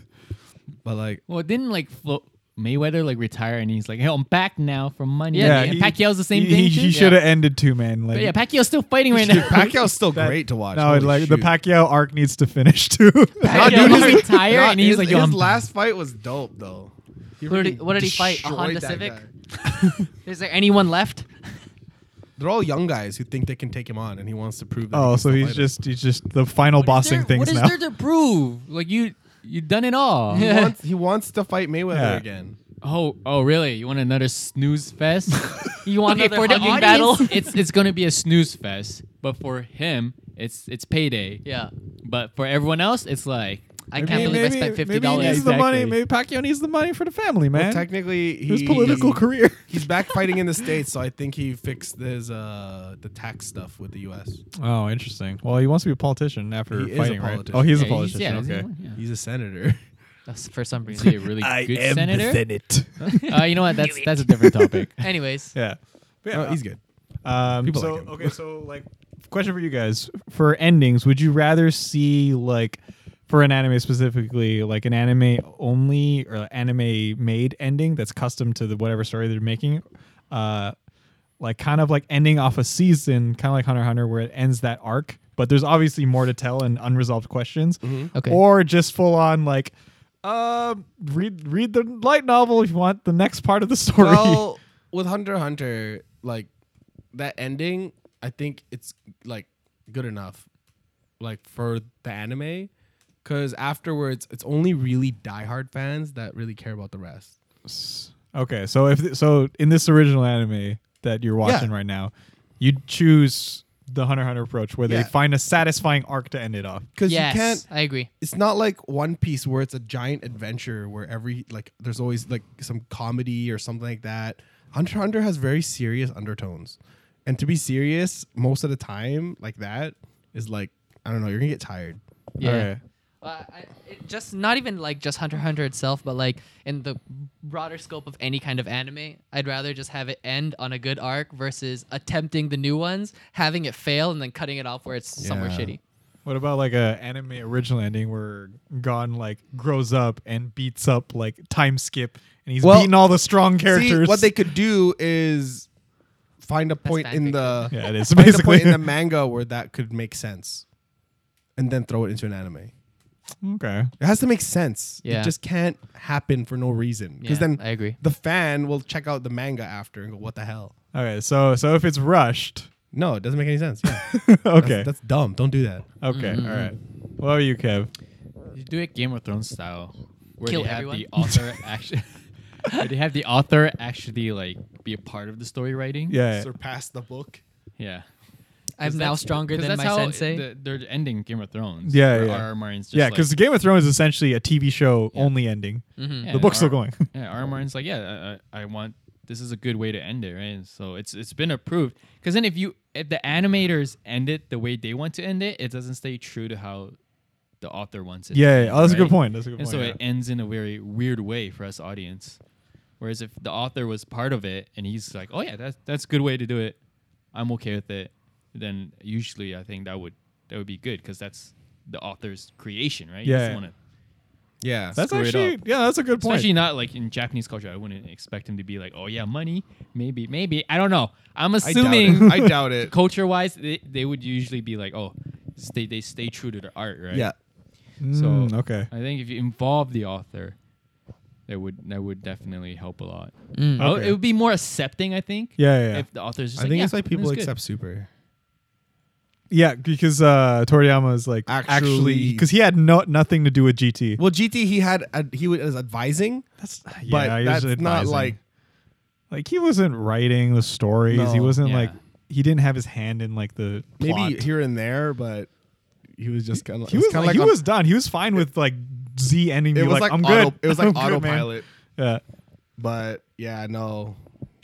S4: But like,
S3: Well, didn't like Flo- Mayweather like retire and he's like, hey, I'm back now for money.
S1: Yeah,
S3: and
S2: he-
S3: Pacquiao's the same
S2: he,
S3: thing.
S2: He,
S3: too.
S2: he should have ended too, man. Like
S3: But yeah, Pacquiao's still fighting right
S4: dude,
S3: now. [laughs]
S4: Pacquiao's still
S2: that-
S4: great to watch.
S2: No,
S4: Holy
S2: like the
S4: shoot.
S2: Pacquiao arc needs to finish [laughs] too.
S4: Nah,
S3: Pacquiao
S4: dude,
S3: was
S4: his-
S3: retired
S4: nah,
S3: and he's
S4: his-
S3: like, yo,
S4: his
S3: I'm-
S4: last fight was dope though.
S1: What did he-
S4: freaking
S1: what did he fight? A
S4: destroyed
S1: Honda
S4: that
S1: Civic?
S4: guy.
S1: Is there anyone left?
S4: They're all young guys who think they can take him on, and he wants to prove. that he
S2: oh, so
S4: can still
S2: he's
S4: fight
S2: just he's just the final bossing
S3: there,
S2: things now.
S3: What is there to prove? [laughs] Like you, you done it
S4: [laughs]
S1: [laughs]
S3: all.
S4: him. He wants, he wants to fight Mayweather
S2: Yeah.
S4: again.
S3: Oh, oh, really? You want another snooze fest? [laughs]
S1: You want another
S3: for the
S1: hugging
S3: audience, [laughs]
S1: battle?
S3: it's it's gonna be a snooze fest. But for him, it's it's payday.
S1: yeah.
S3: But for everyone else, it's like
S1: I can't believe I spent fifty
S2: maybe he
S1: dollars.
S2: needs the money.
S3: Exactly.
S2: Maybe Pacquiao needs the money for the family, man.
S4: Well, technically, he,
S2: His political career. [laughs]
S4: He's back fighting in the states, so I think he fixed his uh the tax stuff with the U.S.
S2: Oh, interesting. Well, he wants to be a politician after
S4: He is a
S2: fighting, right?
S4: politician.
S2: Oh, he's a
S3: Yeah, he's-
S2: politician.
S3: yeah, he's
S2: okay.
S3: one, yeah.
S4: He's a senator.
S1: That's for some
S3: Is he
S2: [laughs]
S1: reason.
S3: a really
S4: [laughs]
S3: good senator? [laughs]
S2: Senate.
S3: Uh, you know what? That's that's a
S2: [laughs]
S3: different topic.
S1: Anyways,
S2: yeah. But yeah,
S4: No, he's good.
S2: Um,
S4: People
S2: so
S4: like him.
S2: okay, so like question for you guys for endings, would you rather see like for an anime specifically, like an anime only or anime made ending that's custom to the whatever story they're making, uh, like kind of like ending off a season, kind of like Hunter x Hunter, where it ends that arc but there's obviously more to tell and unresolved questions.
S4: Mm-hmm.
S1: Okay.
S2: Or just full on like, uh, read read the light novel if you want the next part of the story.
S4: Well, with Hunter x Hunter, like that ending, I think it's like good enough, like for the anime, because afterwards, it's only really diehard fans that really care about the rest.
S2: okay, so if th- so, in this original anime that you're watching right now, you choose the Hunter x Hunter approach where
S4: Yeah.
S2: they find a satisfying arc to end it off.
S4: Because
S1: yes,
S4: you can't.
S1: I agree.
S4: It's not like One Piece where it's a giant adventure where every like there's always like some comedy or something like that. Hunter x Hunter has very serious undertones, and to be serious most of the time like that is like I don't know you're gonna get tired.
S1: Yeah.
S2: Okay.
S1: Uh, I, it just not even like just Hunter x Hunter itself, but like in the broader scope of any kind of anime, I'd rather just have it end on a good arc versus attempting the new ones, having it fail, and then cutting it off where it's somewhere
S4: Yeah.
S1: shitty.
S2: What about like a anime original ending where Gon like grows up and beats up like time skip and he's
S4: Well,
S2: beating all the strong characters?
S4: See, what they could do is find a point in
S1: fanfic.
S4: the
S2: [laughs] yeah, it is
S4: find a point
S2: basically [laughs]
S4: in the manga where that could make sense, and then throw it into an anime.
S2: okay.
S4: It has to make sense.
S1: Yeah.
S4: It just can't happen for no reason.
S1: Yeah,
S4: Because then
S1: I agree.
S4: the fan will check out the manga after and go, "What the hell?
S2: Okay, so so if it's rushed, [laughs]
S4: No, it doesn't make any sense." Yeah.
S2: okay,
S4: that's, that's dumb. Don't do that.
S2: okay,
S3: Mm-hmm.
S2: all right. What about you, Kev?
S3: You do it Game of Thrones style, where
S1: Kill
S3: they have
S1: everyone?
S3: the author [laughs] actually. they have the author actually like be a part of the story writing.
S2: Yeah,
S4: Surpass the book.
S3: yeah.
S1: I'm
S3: 'Cause
S1: now
S3: that's-
S1: stronger
S3: 'cause
S1: than
S3: that's
S1: my
S3: how
S1: sensei.
S3: The, they're ending Game of Thrones.
S2: Yeah,
S3: where
S2: yeah.
S3: R.R. Martin's just
S2: yeah,
S3: like- Mm-hmm.
S2: because Game of Thrones is essentially a TV show only ending.
S3: yeah,
S2: The book's still
S3: R-
S2: going. [laughs]
S3: Yeah, R.R. Martin's like, yeah, I, I I want this is a good way to end it, right? So it's it's been approved. Because then if you if the animators end it the way they want to end it, it doesn't stay true to how the author wants it. to
S2: Yeah,
S3: end,
S2: yeah. Oh, that's a good
S3: right?
S2: point. That's a good
S3: And
S2: point.
S3: so
S2: yeah.
S3: it ends in a very weird way for us audience. Whereas if the author was part of it and he's like, "Oh yeah, that's that's a good way to do it. I'm okay with it." Then usually I think that would that would be good because that's the author's creation, right? You
S2: Yeah,
S3: just
S2: yeah.
S3: wanna-
S4: Yeah.
S2: that's
S3: screw it
S2: actually
S3: up.
S2: yeah, that's a good point.
S3: especially not like in Japanese culture. I wouldn't expect him to be like, "Oh yeah, money, maybe, maybe." I don't know. I'm
S4: I doubt it.
S3: assuming
S4: [laughs] I
S2: [laughs]
S4: doubt it.
S3: culture wise, they, they would usually be like, "Oh, stay they stay true to their art, right?"
S4: Yeah.
S2: Mm,
S3: so-
S2: okay.
S3: I think if you involve the author, that would that would definitely help a lot.
S1: Mm.
S3: I would-
S2: Okay.
S3: It would be more accepting, I think.
S2: Yeah, yeah, yeah.
S3: If the author's just
S4: I
S3: like,
S4: think
S3: yeah,
S4: that's why people
S3: that's good."
S4: accept Super.
S2: Yeah, because uh, Toriyama is like actually
S4: Actually-
S2: because he had no nothing to do with GT.
S4: Well, GT he had he was advising,
S2: That's
S4: but
S2: yeah, he was
S4: that's not
S2: advising.
S4: like
S2: like he wasn't writing the stories. he
S4: No.
S2: wasn't
S3: Yeah.
S2: like he didn't have his hand in like the
S4: maybe
S2: plot.
S4: here and there, but he was just kind of
S2: he was like, he was done. He was fine with like Z ending.
S4: it
S2: being
S4: was
S2: like,
S4: like
S2: I'm
S4: auto,
S2: good. [laughs]
S4: it was like
S2: I'm good, man."
S4: autopilot.
S2: Yeah,
S4: But yeah, no,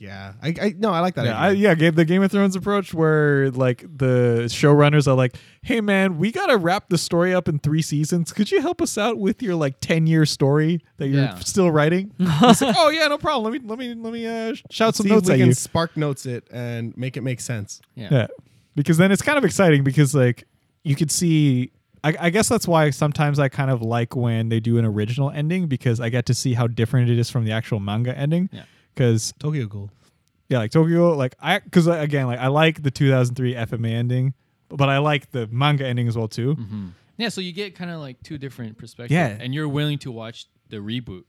S4: yeah, I, I no, I like that.
S2: yeah, I,
S4: idea.
S2: yeah. Gave the Game of Thrones approach where like the showrunners are like, "Hey man, we gotta wrap the story up in three seasons. Could you help us out with your like ten year story that you're
S3: Yeah.
S2: still
S4: [laughs]
S2: writing?" He's like, "Oh yeah, no problem. Let me let me let me uh, sh- shout some
S4: See
S2: notes
S4: if we
S2: at
S4: can
S2: you."
S4: spark notes it and make it make sense.
S3: Yeah.
S2: Yeah. Because then it's kind of exciting because like you could see I, I guess that's why sometimes I kind of like when they do an original ending because I get to see how different it is from the actual manga ending.
S3: Yeah.
S2: Because
S4: Tokyo Ghoul.
S2: yeah, like Tokyo, like I because again, like I like the 2003 FMA ending, but I like the manga ending as well too.
S3: Yeah, so you get kind of like two different perspectives.
S2: Yeah.
S3: And you're willing to watch the reboot.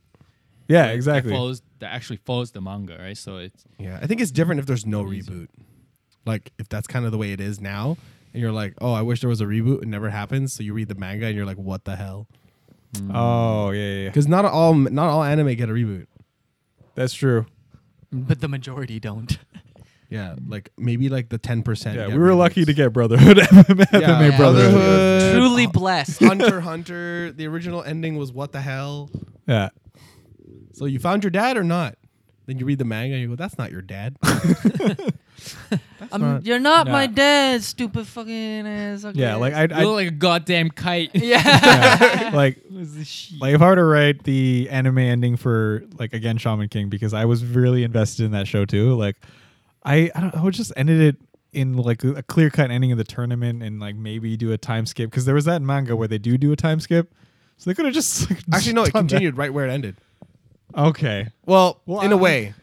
S2: Yeah,
S3: that
S2: exactly.
S3: follows that actually follows the manga, right? So it's
S4: Yeah, I think it's different if there's no reboot. Like if that's kind of the way it is now, and you're like, oh, I wish there was a reboot. It never happens. So you read the manga and you're like, what the hell?
S2: Oh yeah, yeah, yeah,
S4: Because not all not all anime get a reboot.
S2: that's true.
S1: But the majority don't.
S4: Yeah, like maybe like the ten percent.
S2: Yeah, we were lucky to get Brotherhood [laughs] FMA,
S1: yeah. [laughs]
S2: Brotherhood.
S1: [laughs] Truly blessed.
S4: Hunter Hunter. The original ending was what the hell.
S2: Yeah,
S4: So you found your dad or not? Then you read the manga and you go, that's not your dad.
S1: I'm- you're not
S2: Nah.
S1: my dad, stupid fucking ass. okay?
S2: yeah. Like I,
S3: you
S2: I
S3: look like a goddamn kite.
S1: [laughs]
S3: [laughs]
S1: yeah.
S2: like like if I were to write the anime ending for like again Shaman King because I was really invested in that show too. Like I I, don't, I would just ended it in like a clear cut ending of the tournament and like maybe do a time skip because there was that manga where they do do a time skip. So they could have just like, [laughs]
S4: Actually, no, it
S2: done that.
S4: continued right where it ended.
S2: Okay.
S4: Well,
S2: Well,
S4: in
S2: I-
S4: a way,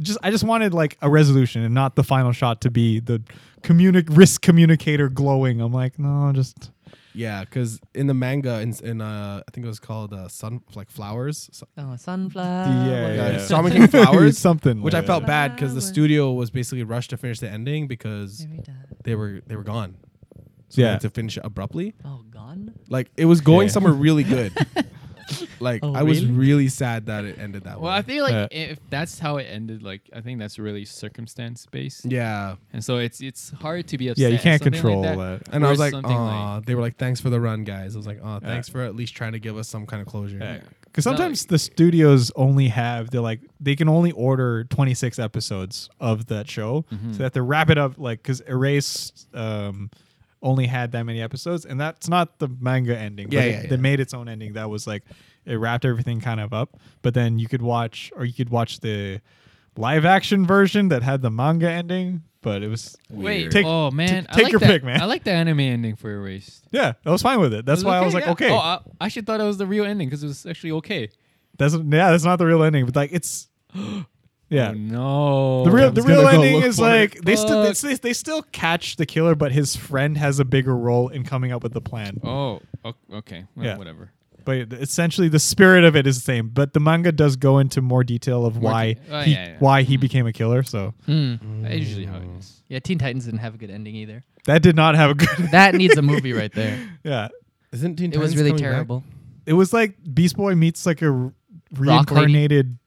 S2: Just I just wanted like a resolution and not the final shot to be the communic risk communicator glowing. I'm like, no, just
S5: Yeah, because in the manga, in, in uh, I think it was called uh, Sun, like Flowers, so-
S1: Oh, sunflower.
S2: Yeah.
S5: yeah, Shaman
S2: [laughs]
S5: King Flowers,
S2: something.
S5: which
S2: like
S5: I
S2: that.
S5: felt bad because the
S1: Flowers.
S5: studio was basically rushed to finish the ending because
S2: [laughs]
S1: Very dark.
S5: they were they were gone. So they
S2: Yeah.
S5: had to finish it abruptly.
S1: Oh, gone.
S5: Like it was going
S2: Yeah.
S5: somewhere really good. like
S1: Oh,
S5: I was
S1: really?
S5: really sad that it ended that way.
S3: Well, I feel like
S2: Yeah.
S3: if that's how it ended, like I think that's really circumstance based,
S5: yeah.
S3: and so it's it's hard to be upset.
S2: Yeah, you
S3: at
S2: can't
S3: something like
S2: control
S3: that.
S2: that.
S5: And I
S3: Or
S5: was like,
S3: something
S5: oh, they were like, thanks for the run, guys. I was like, oh,
S2: Yeah.
S5: thanks for at least trying to give us some kind of closure.
S2: Because sometimes the studios only have they're like they can only order 26 episodes of that show,
S5: Mm-hmm.
S2: so they have to wrap it up. Like because Erase um, only had that many episodes, and that's not the manga ending. but
S5: Yeah,
S2: it-
S5: yeah,
S2: they
S5: yeah.
S2: made its own ending that was like it wrapped everything kind of up. But then you could watch or you could watch the live action version that had the manga ending, but it was
S3: Wait,
S2: Take-
S3: oh man, I
S2: take
S3: like
S2: your
S3: that-
S2: pick, man.
S3: I like the anime ending for Erased.
S2: yeah, I was fine with it. That's
S3: It
S2: why I was like,
S3: yeah.
S2: okay,
S3: Oh, I, I actually thought it was the real ending because it was actually okay.
S2: that's yeah, that's not the real ending, but like it's yeah.
S3: Oh, no,
S2: The real, the
S5: was gonna
S2: real
S5: go
S2: ending
S5: look
S2: is
S5: for
S2: like they still
S3: Fuck.
S2: they, they still catch the killer, but his friend has a bigger role in coming up with the plan.
S3: Oh, o- okay. Well,
S2: Yeah.
S3: Whatever.
S2: But essentially, the spirit of it is the same. But the manga does go into more detail of why
S3: de- oh,
S2: he,
S3: yeah, yeah.
S2: why he became a killer. So
S3: That's usually how it is.
S1: Yeah, Teen Titans didn't have a good ending either.
S2: that did not have a good.
S1: That needs a movie right [laughs] there.
S2: [laughs] yeah,
S5: Isn't Teen
S1: It was
S5: Titans
S1: really
S5: coming back?
S1: terrible.
S2: it was like Beast Boy meets like a re-
S1: Rock lady.
S2: reincarnated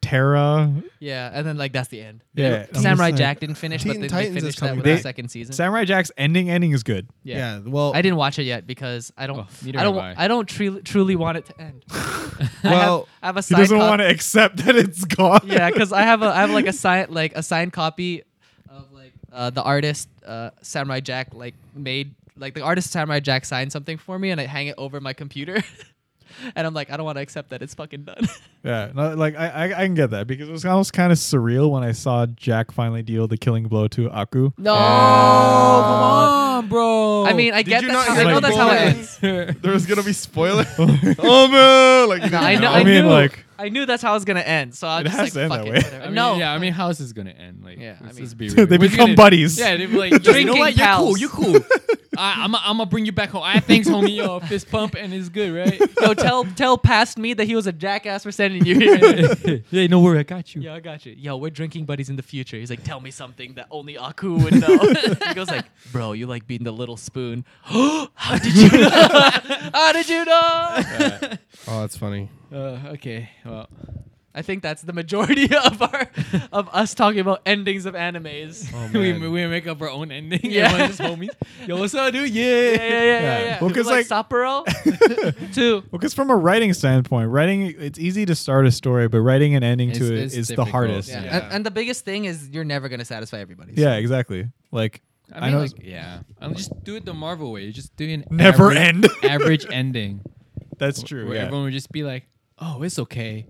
S2: Terra.
S1: Yeah, and then like that's the end.
S2: Yeah, I'm
S1: Samurai
S2: just like-
S1: Jack didn't finish, but
S5: Teen
S1: then they
S5: Titans is
S1: finished that
S5: coming
S1: with
S2: back.
S1: the second season.
S2: Samurai Jack's ending ending is good.
S1: yeah.
S5: Yeah. Well, [laughs]
S1: I didn't watch it yet because I don't.
S3: Oh, neither
S1: I don't.
S3: have
S1: wa-
S3: I.
S1: I don't tru- truly want it to end. [laughs]
S5: Well,
S1: I have, I have a
S2: He
S1: signed
S2: doesn't
S1: copy.
S2: want to accept [laughs] that it's gone.
S1: yeah, because I have a I have like a signed like a signed copy of like uh, the artist uh, Samurai Jack like made like the artist Samurai Jack signed something for me and I hang it over my computer, [laughs] and I'm like I don't want to accept that it's fucking done. [laughs]
S2: Yeah, no, like I, I, I can get that because it was almost kind of surreal when I saw Jack finally deal the killing blow to Aku.
S1: no,
S2: [laughs]
S1: Oh, come
S3: Oh,
S1: on, bro. I mean, I get
S4: you
S1: that's
S4: not
S1: how, I
S2: hear
S1: know
S2: the
S1: that's how it
S4: spoilers?
S1: ends.
S3: [laughs]
S4: There was gonna be spoiler. oh
S1: [laughs]
S4: man! Like you
S1: No,
S4: didn't
S1: I know.
S2: know.
S1: I,
S2: I mean,
S1: knew,
S2: like- [laughs]
S1: I knew that's how it was gonna end. So I
S2: It
S1: was just
S2: has
S1: like,
S2: to end
S1: fuck
S2: that
S1: it.
S2: way.
S1: whatever.
S3: I mean,
S1: no.
S3: Yeah, I mean, how's this gonna end? Like,
S1: Yeah, I
S3: let's,
S1: mean-
S3: let's be
S2: [laughs]
S3: real.
S2: they
S3: We're
S2: become
S3: gonna-
S2: buddies.
S3: Yeah, they'd
S1: [laughs]
S3: be like, you know
S1: Drinking
S3: what? You're cool.
S1: pals.
S3: You're
S1: [laughs]
S3: cool. I, I'm gonna bring you back home. I thanks, homie. Yo, fist pump, and it's good,
S2: [laughs]
S3: right? [laughs]
S1: Yo, tell tell past me that he was a jackass for sending you here.
S3: [laughs] hey, no worry,
S1: [laughs]
S3: I got you.
S1: Yo, I got you. Yo, we're drinking buddies in the future. He's like, tell me something that only Aku would know. [laughs] he goes like, bro, you like being the little spoon. [gasps] how did you know? [laughs] how did you know?
S5: oh, that's funny.
S3: Uh, okay, well,
S1: [laughs] I think that's the majority [laughs] of our of us talking about endings of animes.
S5: Oh,
S3: [laughs] we,
S5: man.
S3: we make up our own ending.
S1: Yeah.
S3: Yeah, just homies. Yo, [laughs] what's up, dude?
S1: Yeah,
S3: Yeah.
S1: yeah, yeah, yeah.
S2: Yeah.
S1: yeah,
S2: Well, 'cause,
S1: like,
S2: [laughs]
S1: Sapporo, [laughs] too.
S2: Because from a writing standpoint, writing it's easy to start a story, but writing an ending
S3: It's-
S2: to it
S3: it's
S2: is the
S3: difficult.
S2: hardest.
S1: Yeah.
S2: Yeah,
S1: And, and the biggest thing is you're never gonna satisfy everybody.
S2: exactly. Like
S3: I
S2: I,
S3: mean,
S2: know,
S3: like, yeah. i just do it the Marvel way. You just do an
S2: Never
S3: average,
S2: end.
S3: [laughs] average [laughs] ending.
S2: that's true.
S3: Where
S2: yeah.
S3: everyone would just be like, "Oh, it's okay."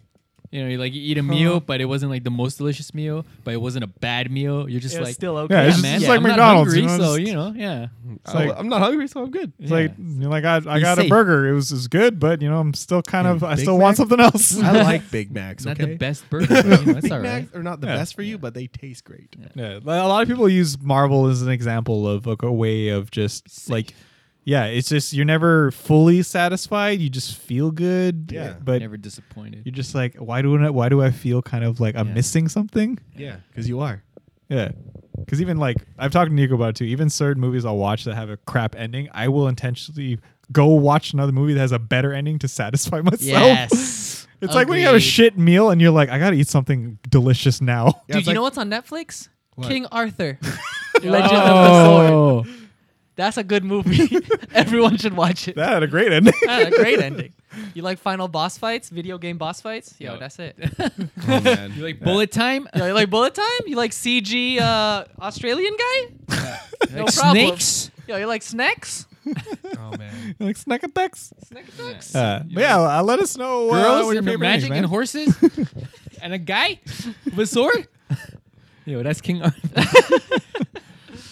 S3: You know, you like you eat a meal, but it wasn't like the most delicious meal, but it wasn't a bad meal. You're just
S1: It's
S3: like,
S1: still okay.
S2: Yeah,
S3: "Yeah,
S2: it's just-
S3: man,
S2: it's like
S3: I'm not
S2: McDonald's,
S3: hungry,
S2: you know,
S3: so
S2: just-
S3: you know, yeah."
S2: It's like-
S5: I- I'm not hungry, so I'm good.
S2: It's like you're like I, I
S3: Be
S2: got
S3: safe.
S2: a burger. It was is good, but you know I'm still kind of I
S5: Big
S2: still want
S5: Mac?
S2: something else. [laughs]
S5: I like Big Macs.
S3: Not
S5: okay?
S3: the best burger. but, you know, that's
S5: Big
S3: all right.
S5: Macs are not the
S2: Yeah.
S5: best for you, but they taste great.
S2: Yeah, like, a lot of people use Marvel as an example of like, a way of just like, yeah, it's just you're never fully satisfied. You just feel good. eh,
S5: Yeah.
S2: but
S3: Never disappointed. [laughs]
S2: you're just like, why do I, why do I feel kind of like I'm
S3: Yeah.
S2: missing something?
S5: Yeah, because you are.
S2: Yeah, because even like I've talked to Nico about it too. Even certain movies I'll watch that have a crap ending, I will intentionally go watch another movie that has a better ending to satisfy [laughs] myself. [laughs]
S1: Yes.
S2: It's like when you have a
S1: Agreed.
S2: shit meal and you're like, I gotta eat something delicious now. [laughs]
S5: Yeah,
S1: Dude,
S5: it's
S1: you
S5: like-
S1: know what's on Netflix?
S5: What?
S1: King [laughs] Arthur. Legend
S2: Oh.
S1: of
S3: Oh.
S1: the Sword. That's a good movie. [laughs] Everyone should watch it.
S2: That had a great ending. [laughs]
S1: Had a Ah, great ending. You like final boss fights, video game boss fights? Yo,
S3: Yo.
S1: that's it.
S5: Oh,
S3: [laughs]
S5: man.
S3: [laughs] You like bullet time?
S1: Yo, you like bullet time? You like CG uh, Australian guy?
S3: You
S1: No
S3: like
S1: problem.
S3: snakes?
S1: Yo, you like snacks?
S5: oh, man.
S2: like snack attacks.
S1: Snack attacks?
S2: Uh, but yeah, uh, let us know. uh,
S3: Girls
S2: what your
S3: and
S2: favorite endings,
S3: magic
S2: man.
S3: and horses,
S2: [laughs]
S3: and a guy with a sword. [laughs] Yo, that's King Arthur.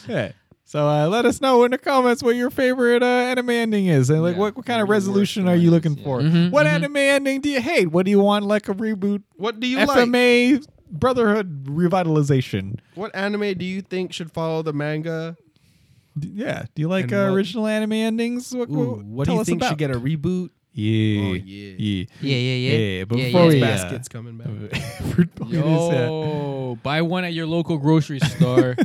S2: Yeah. So uh, let us know in the comments what your favorite uh, anime ending is, and like
S3: Yeah.
S2: what, what kind
S3: What
S2: of
S3: your worst
S2: resolution are
S3: one
S2: you
S3: is,
S2: looking
S3: yeah.
S2: for?
S1: Mhm,
S2: what
S1: mhm.
S2: anime ending do you hate? What do you want like a reboot?
S5: What do you like?
S2: FMA brotherhood revitalization.
S5: What anime do you think should follow the manga?
S2: D- yeah. Do you like
S5: And
S2: uh,
S5: what-
S2: original anime endings? What,
S5: Ooh, what do
S2: tell
S5: you
S2: us
S5: think should
S2: about.
S5: get a reboot?
S2: Yeah.
S5: Oh,
S2: yeah. Oh,
S5: yeah.
S2: Yeah.
S1: [laughs] Yeah, yeah,
S2: [laughs]
S1: yeah.
S2: but
S1: Yeah,
S2: before
S1: yeah,
S2: we uh,
S1: yeah.
S2: [laughs]
S5: Basket's coming back.
S2: Fruit Boy is, uh,
S3: Yo, buy one at your local
S2: [laughs]
S3: grocery store.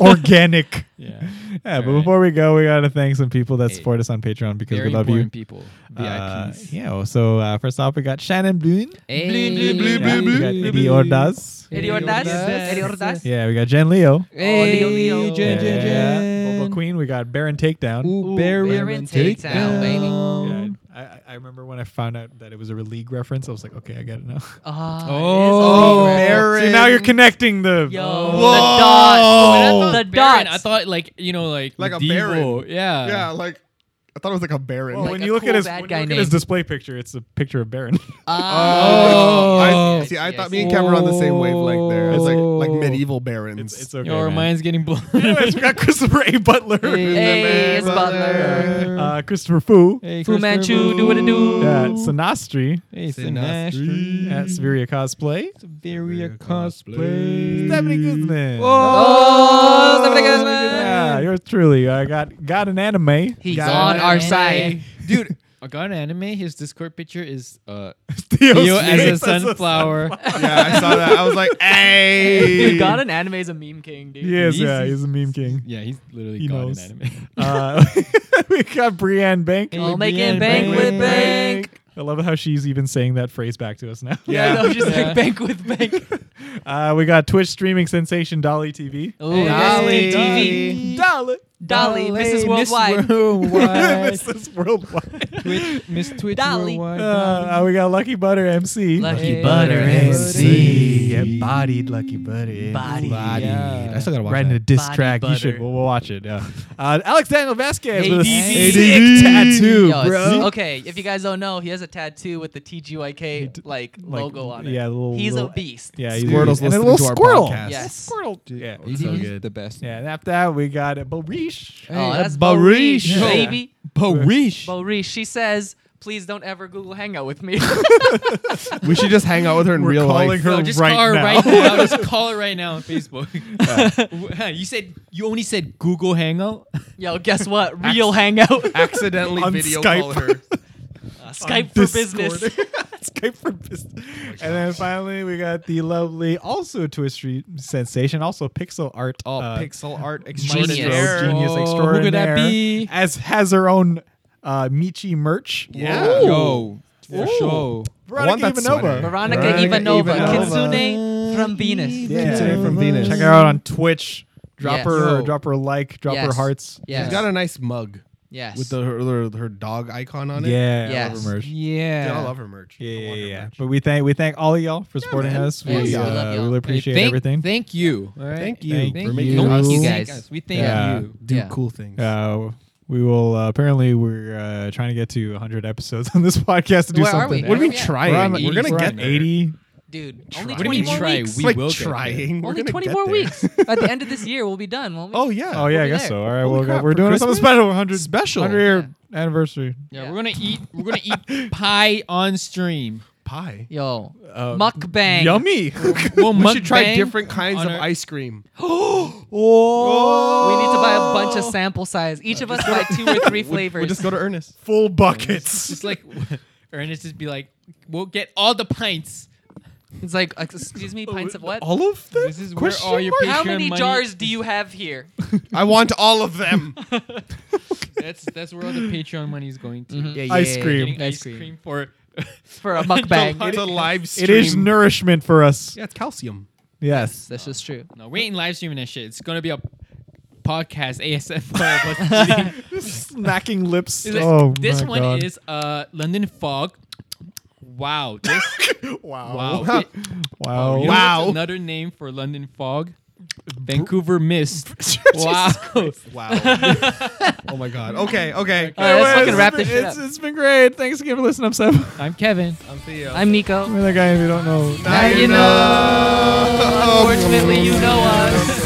S2: organic.
S3: yeah,
S2: Yeah, but
S3: Alright.
S2: before we go, we gotta thank some people that
S3: Hey.
S2: support us on Patreon because
S3: very
S2: we love
S3: important
S2: you.
S3: people.
S2: Uh,
S3: VIPs.
S2: yeah. well, So uh, first off, we got Shannon Bloon.
S1: Hey.
S2: Yeah,
S4: Blue, blue, blue,
S2: we
S4: blue,
S2: got
S4: blue,
S2: Eddie
S4: blue.
S2: Ordaz.
S1: Eddie Ordaz.
S5: Yes.
S1: Eddie Ordaz.
S2: Yeah, we got Jen Leo.
S1: Hey.
S3: Oh, Leo, Leo. Jen, Jen,
S2: Yeah.
S3: Jen.
S2: Boba Queen. We got Baron Takedown.
S3: Ooh,
S1: Baron
S3: Baron
S1: Takedown, baby.
S2: Yeah, I- I, I remember when I found out that it was a league reference, I was like, okay, I get it now.
S1: Ah,
S3: [laughs] Oh,
S1: it is-
S5: Baron.
S2: [laughs] See, now you're connecting the.
S1: Yo,
S3: Whoa.
S1: the dots. The
S3: Baron,
S1: dots.
S3: I thought like you know like
S4: Like a
S3: medieval. Yeah.
S4: Yeah, like I thought it was like a baron.
S2: Well,
S1: Like
S2: when
S1: a
S2: you look
S1: cool
S2: at his
S1: bad
S2: when you
S1: guy
S2: look at his
S1: name.
S2: display picture, it's a picture of
S3: [laughs]
S2: Baron.
S1: Ah.
S3: Oh.
S4: I, see, I thought me and Cameron were on the same wavelength there. It's like
S5: Oh.
S4: like medieval barons.
S2: it's, it's okay.
S3: Yo, our
S2: man.
S3: mind's getting blown.
S2: [laughs]
S3: [laughs]
S2: Anyways, we got Christopher A. Butler.
S1: Hey, it's Butler.
S2: Uh, Christopher Fu.
S3: Hey,
S1: Fu
S3: Christopher
S1: Manchu,
S3: Wu.
S1: do what it do.
S2: Yeah, Sinastri.
S3: Hey,
S5: Sinastri.
S2: At
S3: Sinastri.
S2: Severia Cosplay.
S3: Severia
S4: [laughs]
S2: Stephanie
S3: cosplay.
S2: Guzman.
S1: Oh, Stephanie Guzman. Oh,
S2: Yeah, yours truly. I got got an anime.
S1: He's
S2: got
S1: on
S3: an
S1: our [laughs]
S3: anime.
S1: side.
S3: dude. I got an anime. His Discord picture is uh,
S2: Theo's
S3: Theo as
S2: face
S3: a sunflower.
S4: yeah, I saw that. I was like, "Ah, hey.
S1: Dude, God, an anime is a meme king, dude.
S2: He is,
S3: He's-
S2: yeah, he's a meme
S3: [laughs]
S2: king.
S3: Yeah, he's literally
S2: He
S3: got
S2: knows.
S3: an anime.
S2: Uh, [laughs] we got Brienne Bank.
S1: I'll
S3: Hey,
S1: make
S3: Brienne,
S1: it bank
S3: bank
S1: with
S3: with
S1: bank.
S2: I love how she's even saying that phrase back to us now.
S1: Yeah, no, just
S3: Yeah.
S1: like bank with bank.
S2: [laughs]
S1: [laughs]
S2: Uh, we got Twitch streaming sensation Dolly TV.
S1: Oh,
S3: Hey,
S1: Dolly,
S3: Dolly.
S1: TV.
S2: Dolly. [laughs]
S1: Dolly, Mrs. Worldwide. [laughs]
S3: Worldwide.
S2: this is worldwide.
S3: Twitch, Miss Twitch
S1: Dolly.
S3: Worldwide.
S2: Uh, uh, we got Lucky Butter MC.
S1: Lucky
S3: Butter MC.
S2: Get bodied, Lucky Butter MC.
S1: Body.
S5: Body.
S3: Yeah.
S5: [laughs] I still gotta watch
S2: Right in a
S5: that.
S2: diss
S1: Body
S2: track. You
S1: butter.
S2: should. We'll, we'll watch it. Yeah. Uh, Alex Daniel Vasquez with a
S1: ADV.
S2: sick
S1: Yo,
S2: tattoo,
S1: it's-
S2: bro.
S1: Okay, if you guys don't know, he has a tattoo with the TGYK like
S2: Like,
S1: logo on it.
S2: yeah, little-
S1: he's
S2: little-
S1: a beast.
S2: Yeah, he's
S5: Dude,
S2: Squirtle's
S5: and a
S2: listening little
S5: little
S2: squirrel.
S5: squirrel.
S1: Yes.
S2: A squirrel. Yeah.
S6: He's
S5: So good.
S6: the best.
S2: Yeah, and after that we got Barish.
S1: Oh, that's
S3: Barish.
S1: Barish,
S3: Yeah.
S1: baby.
S3: Parish.
S1: Barish. She says, "Please don't ever Google Hangout with me."
S5: We should just hang out with [laughs] her in
S2: We're
S5: real
S2: calling
S5: life. [laughs]
S2: her
S3: No, just
S2: right
S3: call her
S2: now.
S3: right now. just call her right now on [laughs] Facebook. you said you only said Google Hangout. [laughs]
S1: Yo, guess what? Real Hangout, Uh,
S4: accidentally
S2: On
S4: video
S2: Skype.
S4: call
S2: [laughs]
S4: her.
S1: Skype for business.
S2: Skype for
S1: Oh
S2: business. and then finally, we got the lovely, also Twitch Street sensation, also pixel art.
S5: Oh,
S2: uh,
S5: pixel art
S1: Genius.
S2: maestro,
S5: extraordinaire.
S2: genius
S3: Oh, who
S2: extraordinaire.
S3: could that be?
S2: As has her own uh, Michi merch.
S4: Yeah.
S3: Yo, for sure.
S2: Veronica
S5: that
S2: Ivanova.
S5: sweater.
S1: Veronica
S5: Veronica
S1: Ivanova,
S5: Ivanova.
S1: Kitsune from Venus.
S2: Yeah.
S5: Kitsune from Venus.
S2: Check her out on Twitch. Drop
S1: Yes.
S2: her,
S5: Yo.
S2: drop her like, drop her
S1: Yes.
S2: hearts.
S1: [laughs] Yes.
S5: She's got a nice mug
S1: Yes.
S5: with the, her, her, her dog icon on it.
S2: Yeah, I love
S1: Yes.
S2: her merch.
S3: Yeah.
S5: Dude, I love her merch.
S2: Yeah,
S5: I
S2: yeah,
S5: want her
S2: yeah.
S5: merch.
S2: But we thank we thank all of y'all for supporting
S5: man.
S2: us.
S1: Yes,
S2: we
S1: we
S2: uh,
S1: love y'all.
S2: really appreciate
S3: thank,
S2: everything.
S3: Thank you. All right.
S5: Thank you
S2: Thank
S5: for making
S2: you.
S5: us
S1: Thank you
S3: Thank
S1: guys.
S3: us. We thank
S2: Yeah.
S3: you.
S5: do
S1: Yeah.
S5: cool things.
S2: Uh, we will uh, apparently we're uh, trying to get to 100 episodes on this [laughs] podcast to do
S1: Where are
S2: something.
S1: we?
S5: what do we
S1: Yeah.
S5: try?
S2: We're, on,
S5: We're
S2: we're
S5: gonna
S2: on
S5: get there.
S2: 80.
S1: Dude, only
S3: What do you
S1: 20
S3: mean
S1: more
S3: try?
S1: weeks.
S3: We
S5: It's like
S3: will get there.
S5: trying. We're
S1: only
S5: gonna
S1: 20
S5: get
S1: more
S5: there.
S1: weeks. At the end of this year, we'll be done. Won't we?
S5: Oh yeah.
S2: Oh yeah, I
S1: We'll be
S2: guess
S1: there.
S2: so. All right,
S5: Holy
S2: well,
S5: crap,
S2: we're
S5: for
S2: doing
S5: Christmas?
S2: something special. 100
S5: Special.
S2: 100 year anniversary.
S3: Yeah,
S1: Yeah.
S3: we're gonna eat. We're gonna
S5: [laughs]
S3: eat pie on stream.
S5: Pie.
S1: Yo,
S2: Uh,
S1: mukbang.
S2: Yummy. [laughs]
S5: [laughs]
S3: We'll
S5: We should try
S3: mukbang
S5: different kinds
S3: on
S5: of
S3: our-
S5: ice cream. Oh!
S1: We need to buy a bunch of sample size. Each of us buy two or three
S5: We'll
S1: flavors.
S5: just go to Ernest.
S2: Full buckets.
S3: Just like [laughs] Ernest, just be like, we'll get all the pints.
S1: It's like, uh, excuse me, pints of what?
S2: All of them?
S3: This is where
S2: Question
S3: all your
S2: mark?
S3: Patreon
S1: How many
S3: money-
S1: jars do you have here?
S5: I want all of them.
S3: [laughs] That's that's where all the Patreon money is going to.
S4: Mm-hmm.
S2: Ice cream.
S3: Getting
S1: Ice
S3: ice
S1: cream.
S3: cream for
S1: [laughs]
S3: [laughs]
S1: For a mukbang.
S5: It's a live stream.
S2: It is nourishment for us.
S5: Yeah, it's calcium.
S2: [laughs] Yes.
S1: This is true.
S3: no. We ain't live streaming that shit. It's gonna be a podcast [laughs] ASMR. of us eating.
S2: Snacking lips.
S3: It's like,
S2: Oh,
S3: this
S2: my
S3: one
S2: God.
S3: is uh London fog. Wow. [laughs] This Oh,
S2: Wow.
S3: wow. It- you know what's
S5: Wow.
S3: Another name for London fog. Vancouver [laughs] mist. wow.
S5: [laughs] Wow. oh my god. Okay, okay.
S1: All right, let's
S2: Anyways,
S1: fucking wrap
S2: it's
S1: this shit
S2: been-
S1: up.
S2: It's, it's been great. Thanks again for listening. I'm Seb.
S3: I'm Kevin.
S5: I'm Theo.
S1: I'm Nico.
S2: [laughs] I'm the guy if you don't know. [laughs]
S4: Oh, [laughs]
S1: Now you know. Unfortunately, you know us.